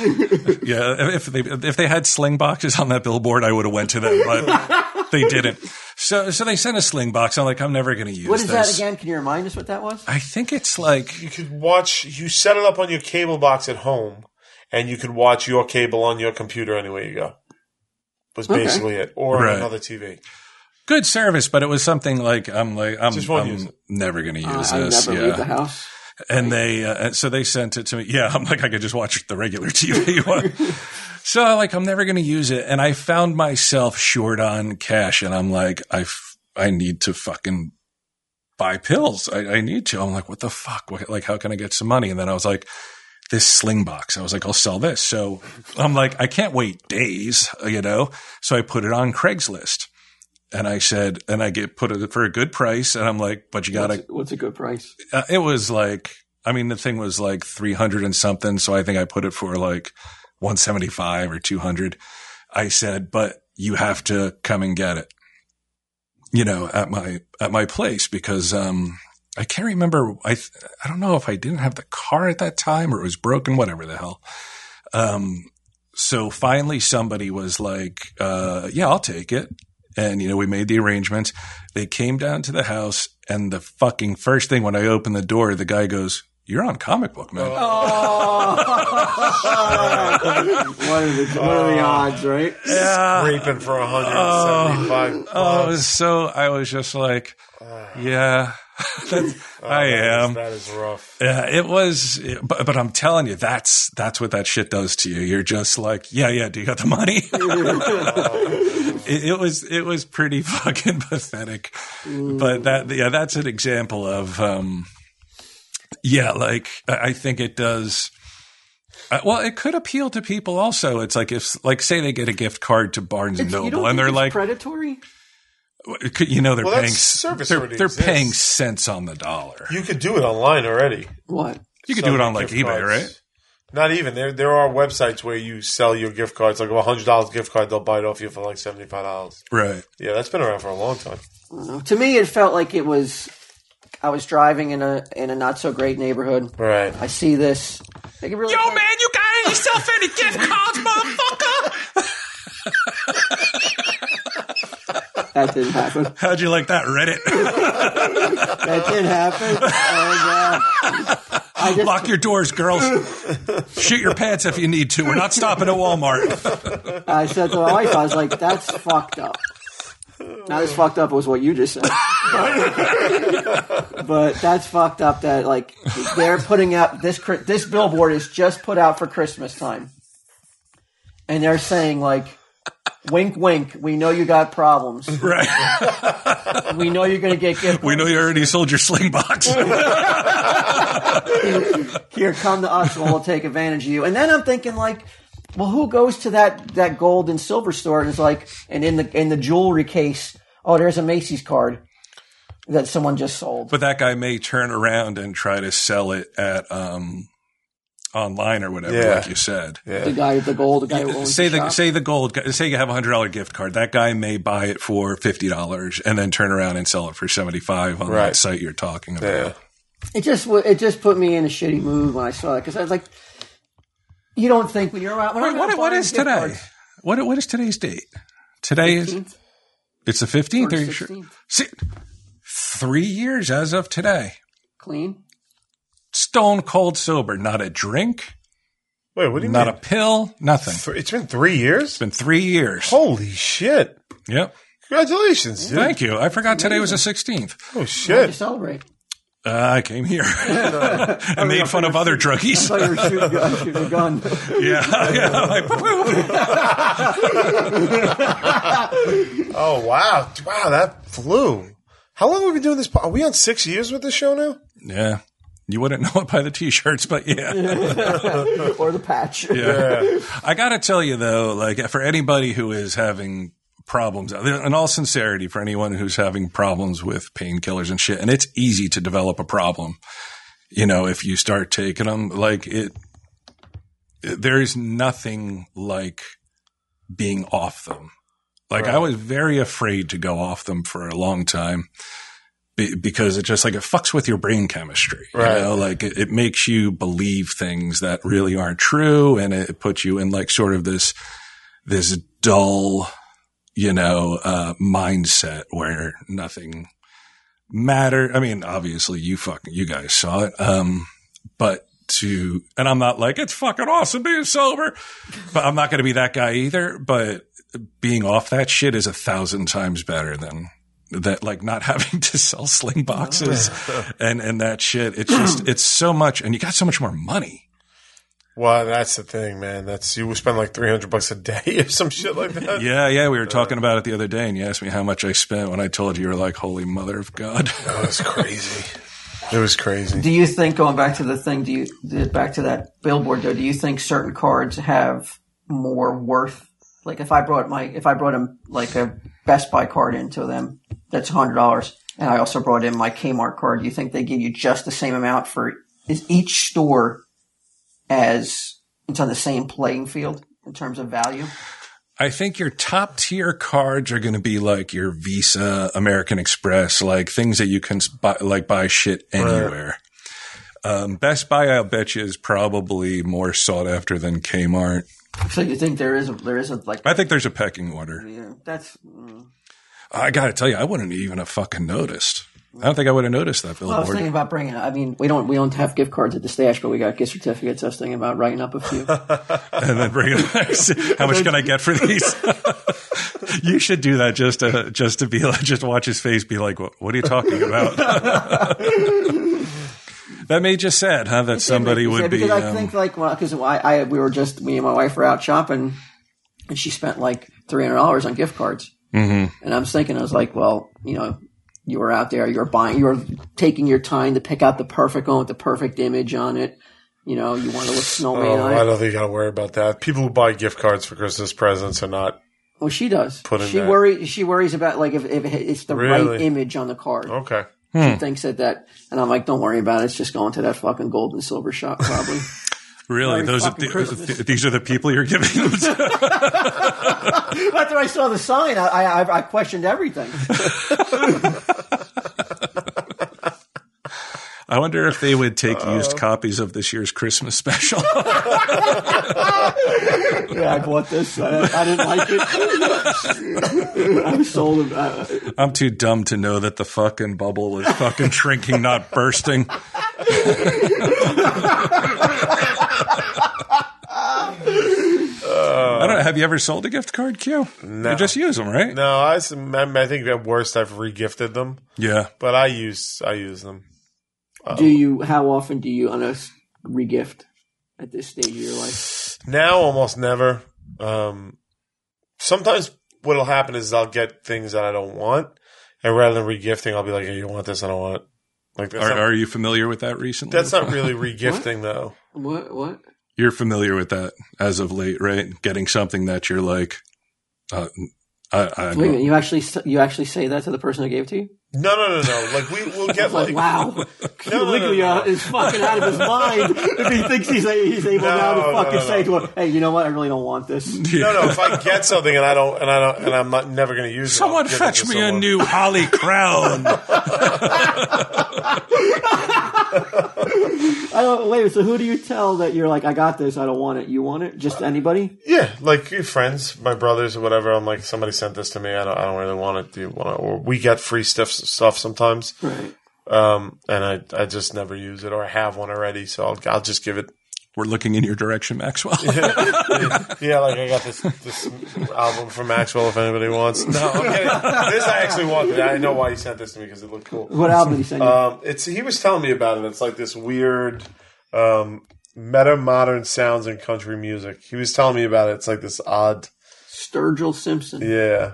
S2: yeah, if they if they had sling boxes on that billboard, I would have went to them, but they didn't. So so they sent a sling box. I'm like, I'm never going to use
S4: What is
S2: this.
S4: that again? Can you remind us what that was?
S2: I think it's like
S3: You could watch. You set it up on your cable box at home, and you could watch your cable on your computer anywhere you go. Was basically it, or on
S2: Right.
S3: another TV.
S2: good service, but it was something like I'm like I'm,
S3: Just won't
S2: I'm
S3: use it.
S2: never going to use
S4: I
S2: this.
S4: Uh, never leave the
S2: yeah,
S4: house.
S2: and they uh, and so they sent it to me. Yeah, I'm like I could just watch the regular TV one. so I'm like I'm never going to use it, and I found myself short on cash, and I'm like I f- I need to fucking buy pills. I, I need to. I'm like what the fuck? What, like how can I get some money? And then I was like. This sling box. I was like, I'll sell this. So I'm like, I can't wait days, you know? So I put it on Craigslist and I said, and I get put it for a good price. And I'm like, but you got to
S4: What's, what's a good price?
S2: uh, it was like I mean the thing was like 300 and something so I think I put it for like 175 or 200 I said but you have to come and get it you know at my at my place because um I can't remember I th- I don't know if I didn't have the car at that time or it was broken whatever the hell um so finally somebody was like uh yeah I'll take it and you know we made the arrangements they came down to the house, and the fucking first thing when I opened the door, the guy goes, "You're on comic book, man."
S5: What are the, what are the odds, right?
S2: yeah.
S3: Raping for a hundred seventy-five.
S2: Oh, it was so I was just like, "Yeah, that's, I am."
S3: That is rough.
S2: Yeah, it was, but, but I'm telling you, that's that's what that shit does to you. You're just like, yeah, yeah. Do you got the money? it, it was it was pretty fucking pathetic. But that yeah, that's an example of um, yeah, like I I think it does. Uh, well, it could appeal to people also. It's like if like say they get a gift card to Barnes and
S4: It's- you
S2: Noble,
S4: don't
S2: and
S4: think
S2: they're
S4: it's
S2: like,
S4: predatory.
S2: you know, they're
S3: Well,
S2: paying
S3: that's
S2: s-
S3: service
S2: they're,
S3: already
S2: they're
S3: exists.
S2: paying cents on the dollar. You,
S3: You could do it online already.
S4: What?
S2: could do it
S3: Sell
S2: on like
S3: gift
S2: eBay,
S3: cards.
S2: right?
S3: Not even there. There are websites where you sell your gift cards, like a hundred dollars gift card. They'll buy it off you for like seventy-five dollars.
S2: Right.
S3: Yeah, that's been around for a long time.
S4: To me, it felt like it was. I was driving in a in a not so great neighborhood.
S3: Right.
S4: I see this. Like it really
S2: you got yourself any gift cards, motherfucker?
S4: That didn't happen.
S2: How'd you like that Reddit?
S4: That did happen. And, uh, I just
S2: Lock your doors, girls. Shoot your pants if you need to. We're not stopping at Walmart.
S4: I said to my wife, I was like, "That's fucked up." Not as fucked up was what you just said, but that's fucked up. That like they're putting out this cri- this billboard is just put out for Christmas time, and they're saying like, "Wink, wink. We know you got problems.
S2: Right.
S4: We know you're gonna get gift.
S2: We know you already sold your sling box.
S4: here come to us and we'll take advantage of you and then i'm thinking like well who goes to that that gold and silver store and is like and in the in the jewelry case oh there's a macy's card that someone just sold
S2: But that guy may turn around and try to sell it at um online or whatever,
S3: Yeah.
S2: like you said.
S4: the guy with the gold the guy who owns
S2: Say
S4: the
S2: the
S4: shop.
S2: say the gold. Say you have a hundred dollar gift card. That guy may buy it for fifty dollars and then turn around and sell it for seventy five on that
S3: Right.
S2: site you're talking about.
S3: Yeah.
S4: it just wa- it just put me in a shitty mood when i saw that because i was like you don't think when you're out when
S2: Wait,
S4: I'm
S2: what,
S4: out
S2: what
S4: buying
S2: is
S4: gift
S2: today?
S4: cards-
S2: What what is today's date? Today is it's the fifteenth. Are you sure?
S4: 16th.
S2: See, three years as of today.
S4: clean
S2: Stone cold sober. Not a drink.
S3: Wait, what do you
S2: Not a
S3: mean?
S2: pill. Nothing. It's
S3: Th- it's been three years.
S2: been three years.
S3: Holy shit!
S2: Yep.
S3: Congratulations, dude.
S2: Thank you. I forgot today was the sixteenth.
S3: Oh
S4: to
S3: shit!
S4: celebrate
S2: Uh, I came here and made fun of other druggies.
S4: so you're shooting gun, shooting a gun.
S2: Yeah. yeah. Like, "Boop, boop, boop."
S3: Oh wow, wow, that flew. How long have we been doing this? po- Are we on six years with this show now?
S2: Yeah. You wouldn't know it by the t-shirts, but yeah.
S4: or the patch.
S2: yeah. I got to tell you though, like for anybody who is having problems, in all sincerity, for anyone who's having problems with painkillers and shit, and it's easy to develop a problem, you know, if you start taking them, like it, there is nothing like being off them. Like I was very afraid to go off them for a long time be- because it just like it fucks with your brain chemistry.
S3: Right.
S2: You know, like it, it makes you believe things that really aren't true, and it puts you in like sort of this this dull, you know, uh, mindset where nothing matter. I mean, obviously you fucking you guys saw it, um, but. To and I'm not like it's fucking awesome being sober, but I'm not going to be that guy either. But being off that shit is a thousand times better than that like not having to sell sling boxes and and that shit it's just it's so much and you got so much more money
S3: Well, that's the thing, man. That's you spend like three hundred bucks a day or some shit like that.
S2: yeah yeah we were talking about it the other day and you asked me how much i spent when i told you you were like holy mother of god
S3: It was crazy. It was crazy.
S4: Do you think going back to the thing? Do you the- back to that billboard though? Do you think certain cards have more worth? Like if I brought my if I brought him like a Best Buy card into them, that's hundred dollars, and I also brought in my Kmart card. Do you think they give you just the same amount for is each store as it's on the same playing field in terms of value?
S2: I think your top tier cards are going to be like your Visa, American Express, like things that you can s- buy, like buy shit anywhere. Um, Best Buy, I'll bet you, is probably more sought after than Kmart.
S4: So you think there is a there is a like
S2: I think there's a pecking order.
S4: yeah, that's mm.
S2: I got to tell you, I wouldn't even have fucking noticed. I don't think I would have noticed that
S4: Well, I was
S2: billboard.
S4: thinking about bringing. I mean, we don't we don't have gift cards at the stash, but we got gift certificates. I was thinking about writing up a few.
S2: and then bring it back. How much can I get for these? you should do that just to just to be like, just watch his face, be like, what, what are you talking about? that made you sad, huh? That somebody
S4: Yeah,
S2: would be.
S4: because I
S2: um,
S4: think like because I, I we were just me and my wife were out shopping, and she spent like three hundred dollars on gift cards. Mm-hmm. And I was thinking, I was like, well, you know, you were out there, you were buying, you were taking your time to pick out the perfect one with the perfect image on it. You know, you wanted to look snowman
S3: Oh,
S4: on
S3: I
S4: it.
S3: don't think you got to worry about that. People who buy gift cards for Christmas presents are not
S4: Well, she does.
S3: Put in
S4: she
S3: that.
S4: worries. She worries about like if, if it's the right
S3: Really?
S4: image on the card.
S3: okay.
S4: She thinks that that, and I'm like, don't worry about it. It's just going to that fucking gold and silver shop, probably.
S2: really,
S4: Merry
S2: those are
S4: fucking
S2: the, th- these are the people you're giving them to.
S4: After I saw the sign, I I, I- I questioned everything.
S2: I wonder if they would take used copies of this year's Christmas special.
S4: yeah, I bought this. I, I didn't like it. I'm sold. Uh,
S2: I'm too dumb to know that the fucking bubble was fucking shrinking, not bursting. I don't know. Have you ever sold a gift card, Q? No. You just use them, right?
S3: No, I, s- I think at worst I've regifted them,
S2: Yeah.
S3: but I use I use them. Oh.
S4: do you? How often do you on a s- regift at this stage of your life?
S3: Now almost never. Um, sometimes what'll happen is I'll get things that I don't want, and rather than regifting, I'll be like, "Hey, you want this? I don't want." It. Like that's,
S2: Are,
S3: not,
S2: are you familiar with that recently?
S3: that's not really regifting though.
S4: What? What?
S2: You're familiar with that as of late, right? Getting something that you're like, uh, I, I
S4: Wait a minute.
S2: don't.
S4: You actually s- you actually say that to the person who gave it to you?
S3: No, no, no, no. Like we will get
S4: It's like,
S3: like
S4: wow,
S3: no, no,
S4: Caligula
S3: no.
S4: is fucking out of his mind if he thinks he's, a, he's able
S3: No,
S4: now to
S3: no,
S4: fucking
S3: no,
S4: say
S3: no.
S4: to him, "Hey, you know what? I really don't want this."
S3: No, no. If I get something and I don't, and I don't, and I'm not never going to use
S2: Someone
S3: it, I'll give it
S2: fetch
S3: to
S2: me a
S3: someone.
S2: new Holly crown.
S4: I don't, wait, so who do you tell that you're like, I got this, I don't want it, you want it? Just anybody?
S3: Yeah, like your friends, my brothers, or whatever. I'm like, somebody sent this to me. I don't, I don't really want it. Do you want it? Or we get free stuff, stuff sometimes,
S4: Right.
S3: um, and I, I just never use it, or I have one already, so I'll, I'll just give it.
S2: We're looking in your direction, Maxwell.
S3: Yeah, like I got this this album from Maxwell. If anybody wants, no, I'm kidding. this I actually wanted. I know why he sent this to me because it looked cool.
S4: What album did you send you?
S3: Um, it's he was telling me about it. It's like this weird um, meta modern sounds in country music. He was telling me about it. It's like this odd,
S4: Sturgill Simpson.
S3: yeah.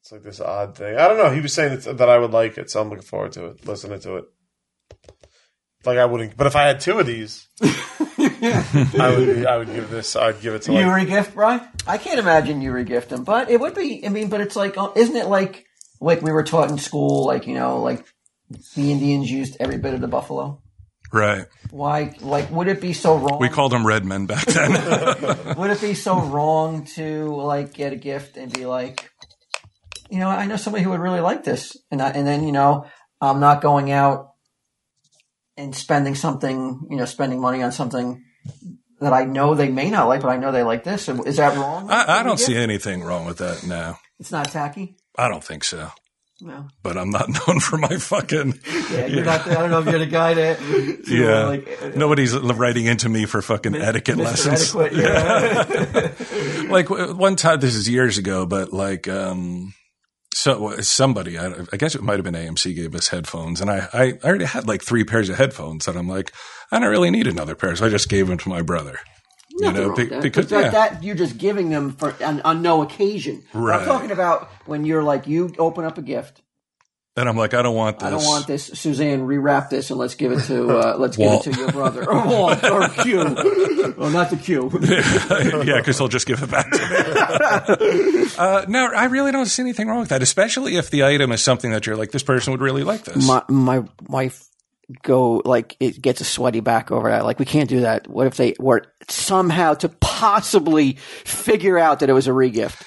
S3: It's like this odd thing. I don't know. He was saying that, that I would like it, so I'm looking forward to it, listening to it. Like I wouldn't, but if I had two of these, I would. I would give this. I'd give it to. Like,
S5: You regift, Brian?
S4: I can't imagine you regift them, but it would be. I mean, but it's like, uh, isn't it like like we were taught in school? Like you know, like the Indians used every bit of the buffalo.
S2: Right.
S4: Why? Like, would it be so wrong?
S2: We called them red men back then.
S4: would it be so wrong to like get a gift and be like, you know, I know somebody who would really like this, and I, and then you know, I'm not going out and spending something, you know, spending money on something that I know they may not like, but I know they like this. Is that wrong?
S2: I, I don't see anything wrong with that now.
S4: It's not tacky.
S2: I don't think so.
S4: No.
S2: But I'm not known for my fucking.
S4: Yeah, you're not. The, I don't know if you're the guy that. to,
S2: Yeah.
S4: Like,
S2: Nobody's writing into me for fucking etiquette lessons.
S4: adequate, yeah.
S2: like w- one time this is years ago but like um so somebody i, I guess it might have been amc gave us headphones and I, I i already had like three pairs of headphones and i'm like i don't really need another pair so i just gave them to my brother you know be- because
S4: It's like
S2: yeah.
S4: that you're just giving them for on, on no occasion.
S2: Right.
S4: I'm talking about when you're like you open up a gift.
S2: and i'm like i don't want this
S4: I don't want this, Suzanne. Rewrap this and let's give it to uh, let's
S2: Walt.
S4: give it to your brother or Walt or Q. Well, not the Q.
S2: yeah, because he'll just give it back to me. uh, no, I really don't see anything wrong with that, especially if the item is something that you're like, this person would really like this.
S4: My my wife go like it gets a sweaty back over that. Like we can't do that. What if they were somehow to possibly figure out that it was a regift?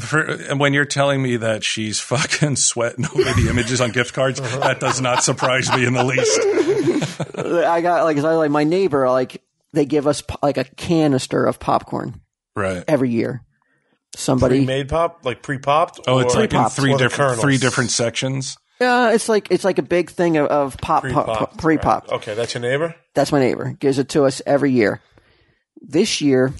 S2: For, and when you're telling me that she's fucking sweating over the images on gift cards,
S3: Uh-huh.
S2: that does not surprise me in the least.
S4: I got like 'cause I like my neighbor like they give us po- like a canister of popcorn
S2: Right.
S4: every year. Somebody,
S3: Pre-made pop, like pre-popped.
S2: Oh, it's
S3: or-
S2: like in
S4: Pre-popped.
S2: three
S3: Or the
S2: different
S3: kernels.
S2: three different sections.
S4: uh, it's like it's like a big thing of, of pop pre pop.
S3: Pre-popped,
S4: Pre pop.
S3: right. Okay, that's your neighbor.
S4: That's my neighbor gives it to us every year. This year,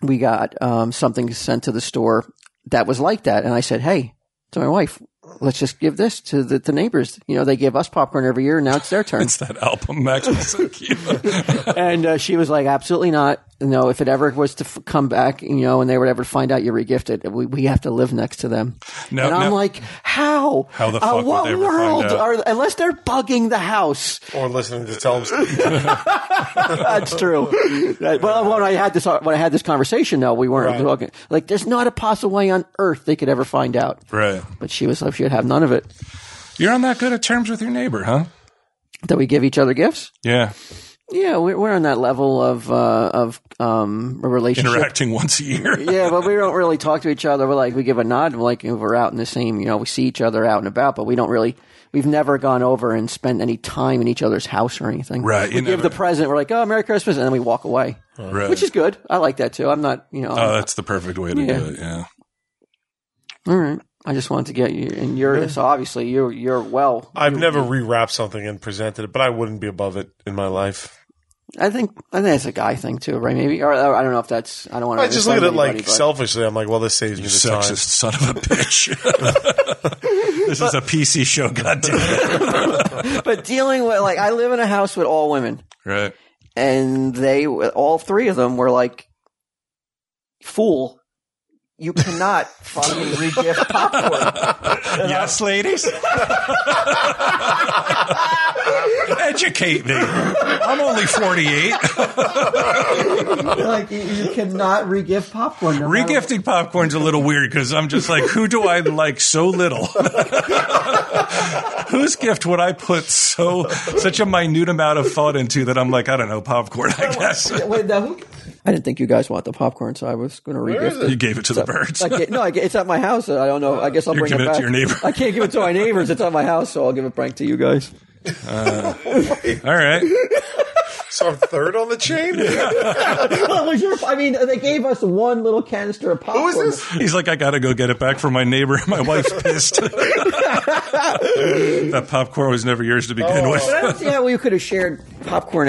S4: we got um, something sent to the store that was like that, and I said, "Hey, to my wife, let's just give this to the, the neighbors. You know, they give us popcorn every year, and now it's their turn."
S2: It's that album, Max. was so cute.
S4: and uh, she was like, "Absolutely not. No, if it ever was to f- come back, you know, and they were ever to find out you regifted, we, we have to live next to them."
S2: No,
S4: and I'm
S2: no.
S4: like, "How? Uh,
S2: How the fuck would
S4: what
S2: they ever find
S4: world
S2: out?
S4: are unless they're bugging the house?"
S3: Or listening to tell him.
S4: That's true. That- well, when I had this uh, when I had this conversation, though, we weren't
S3: Right.
S4: talking. Like, there's not a possible way on earth they could ever find out.
S2: right.
S4: But she was like, she would have none of it.
S2: You're on that good of terms with your neighbor, huh?
S4: That we give each other gifts.
S2: Yeah.
S4: Yeah, we're, we're on that level of uh, of um, a relationship.
S2: Interacting once a year.
S4: Yeah, but we don't really talk to each other. We're like, we give a nod, and we're like, if we're out in the same, you know, we see each other out and about, but we don't really, we've never gone over and spent any time in each other's house or anything.
S2: Right,
S4: We
S2: you
S4: give
S2: never-
S4: the present, we're like, oh, Merry Christmas, and then we walk away,
S2: Right.
S4: which is good. I like that too. I'm not, you know,
S2: oh, that's the perfect way to
S4: Yeah.
S2: do it. Yeah.
S4: all right. I just wanted to get you, and you're, so obviously you're, you're well.
S3: I've never rewrapped something and presented it, but I wouldn't be above it in my life.
S4: I think, I think that's a guy thing too, right? Maybe, or, or I don't know if that's, I don't want to.
S3: I just look at it like selfishly. I'm like, well, this saves me the time.
S2: Sexist son of a bitch. this is a PC show, goddamn.
S4: But dealing with, like, I live in a house with all women.
S2: Right.
S4: and they all three of them were like fool you cannot fucking regift popcorn
S2: Yes, ladies. Educate me. I'm only 48.
S4: like you, you cannot regift popcorn no matter-
S2: Regifting popcorn's a little weird because I'm just like, who do I like so little? Whose gift would I put so such a minute amount of thought into that I'm like, I don't know, popcorn, I guess.
S4: Wait, now who- I didn't think you guys want the popcorn, so I was going to regift it.
S2: You gave it to the birds.
S4: I get- no, I get- it's at my house. so I don't know. I guess I'll
S2: You're
S4: bring it
S2: giving it
S4: back
S2: to your neighbor.
S4: I can't give it to my neighbors. It's at my house, so I'll give it back to you guys.
S2: All right.
S3: So I'm third on the chain.
S4: Well, it was your- I mean, they gave us one little canister of popcorn.
S3: is this?
S2: He's like, I gotta go get it back for my neighbor. My wife's pissed. that popcorn was never yours to begin
S4: But I
S2: with.
S4: don't see how we could have shared popcorn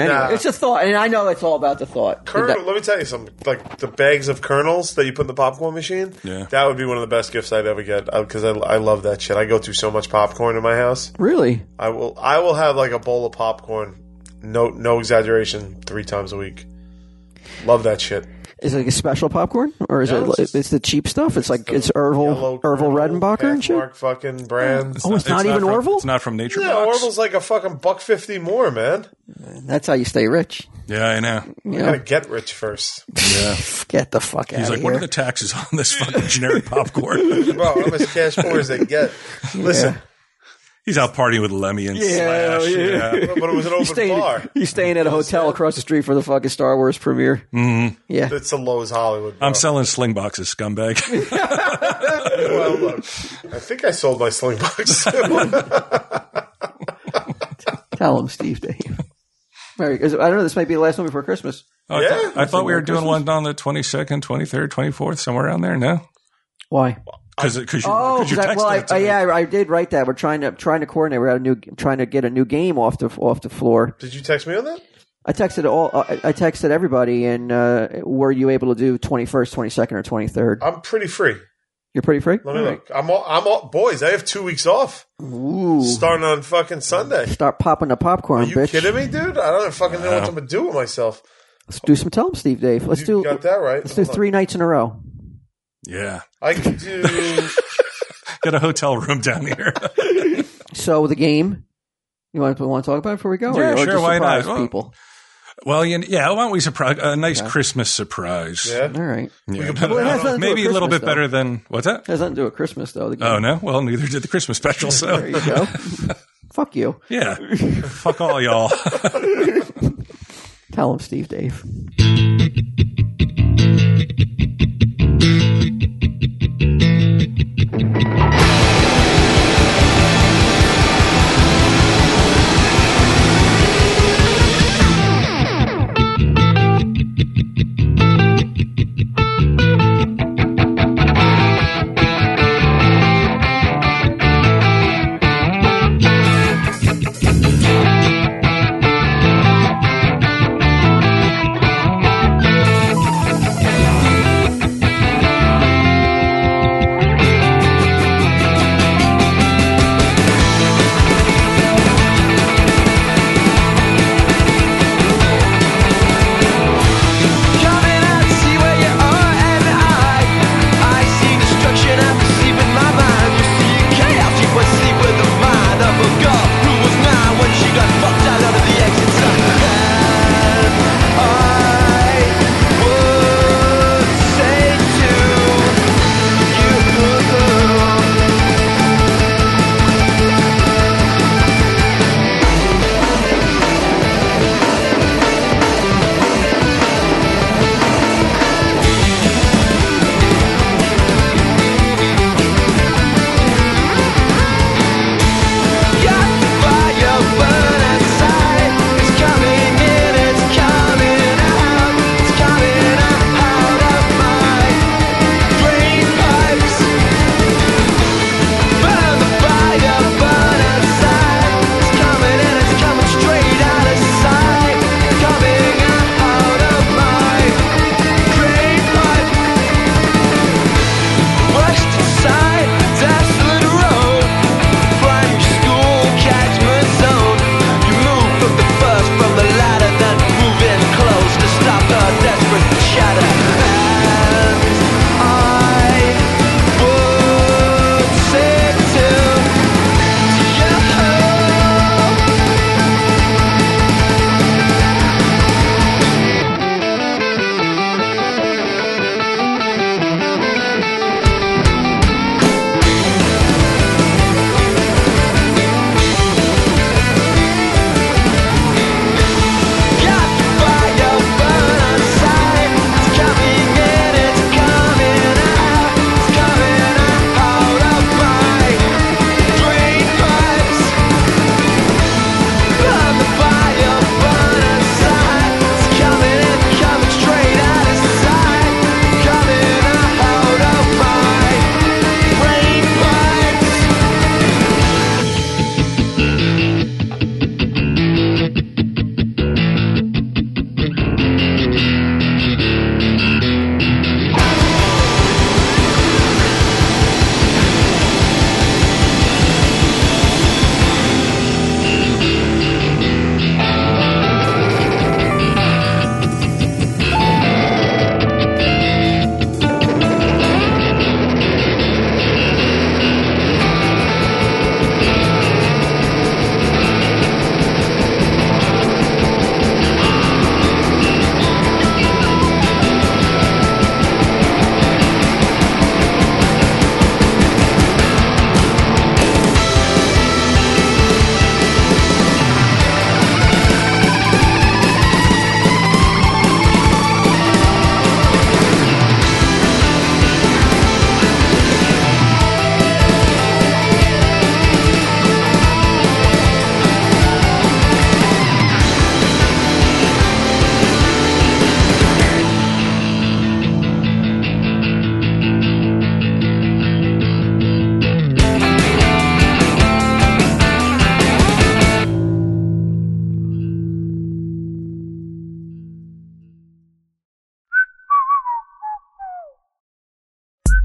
S4: anyway.
S3: Nah.
S4: It's a thought, and I know it's all about the thought.
S3: Kernel. Let me tell you something. Like the bags of kernels that you put in the popcorn machine.
S2: Yeah.
S3: That would be one of the best gifts I'd ever get because I, I love that shit. I go through so much popcorn in my house.
S4: Really?
S3: I will. I will have like a bowl of popcorn. No, no exaggeration. Three times a week. Love that shit.
S4: Is it like a special popcorn, or is
S3: No,
S4: it?
S3: it's
S4: It's,
S3: just-
S4: it's the cheap stuff. It's like it's Ervil,
S3: Yellow,
S4: Ervil Redenbacher and shit.
S3: Pathmark fucking brand.
S4: Oh, it's not even
S2: from,
S4: Orville?
S2: It's not from Nature
S3: Yeah,
S2: Box.
S3: Orville's like a fucking buck fifty more, man.
S4: That's how you stay rich.
S2: Yeah, I know.
S4: You
S3: You
S4: know?
S3: gotta get rich first,
S4: get the fuck out
S2: He's
S4: of
S2: like,
S4: here.
S2: what are the taxes on this fucking generic popcorn?
S3: bro. How much cash poor as they get? Listen,
S2: He's out partying with Lemmy and
S4: Yeah,
S2: Slash.
S4: yeah.
S2: Yeah.
S3: but it was an open
S4: you staying,
S3: bar.
S4: you staying at a hotel across the street for the fucking Star Wars premiere.
S2: Mm.
S4: Mm-hmm. Yeah,
S3: It's the Lowe's Hollywood. Bro.
S2: I'm selling sling boxes, scumbag.
S3: Well, look, I think I sold my sling box. too.
S4: tell him, Steve Dave. Merry, I don't know. This might be the last one before Christmas.
S2: Oh, I
S3: Yeah.
S2: thought, I thought we were doing one on the 22nd, 23rd, 24th, somewhere around there. No,
S4: Why?
S2: because because you,
S4: Oh,
S2: 'cause you
S4: 'cause I-
S2: texted
S4: well, I,
S2: it to
S4: I-
S2: me.
S4: yeah, I, I did write that. We're trying to trying to coordinate. We're out a new, trying to get a new game off the off the floor.
S3: Did you text me on that?
S4: I texted all. I, I texted everybody, and uh, were you able to do twenty first, twenty second, or twenty third?
S3: I'm pretty free.
S4: You're pretty free.
S3: Let me look. I'm all, I'm all, boys. I have two weeks off
S4: Ooh,
S3: starting on fucking Sunday.
S4: start popping the popcorn,
S3: you
S4: bitch.
S3: kidding me, dude? I don't fucking know what I'm gonna do with myself.
S4: Let's do some. Tell 'em, Steve Dave. Let's
S3: You
S4: do.
S3: got that right.
S4: Let's do
S3: Hold on.
S4: three nights in a row.
S2: yeah.
S3: I can do.
S2: Get a hotel room down here.
S4: So the game. You want to want to talk about it before we go?
S2: Yeah,
S4: or, or
S2: sure,
S4: just
S2: why not?
S4: surprise
S2: Well-
S4: People.
S2: well, you, yeah. Why don't we surprise a nice Christmas surprise?
S3: Yeah.
S4: All right.
S2: Yeah.
S3: could put it
S2: Well,
S3: out
S4: on-
S2: maybe a little bit
S4: Christmas,
S2: better than what's that?
S4: has nothing to do with Christmas though. The game.
S2: Oh no. Well, neither did the Christmas special.
S4: There
S2: So
S4: you go. Fuck you.
S2: yeah, fuck all y'all.
S4: Tell him, Steve Dave.
S6: Coming out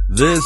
S1: This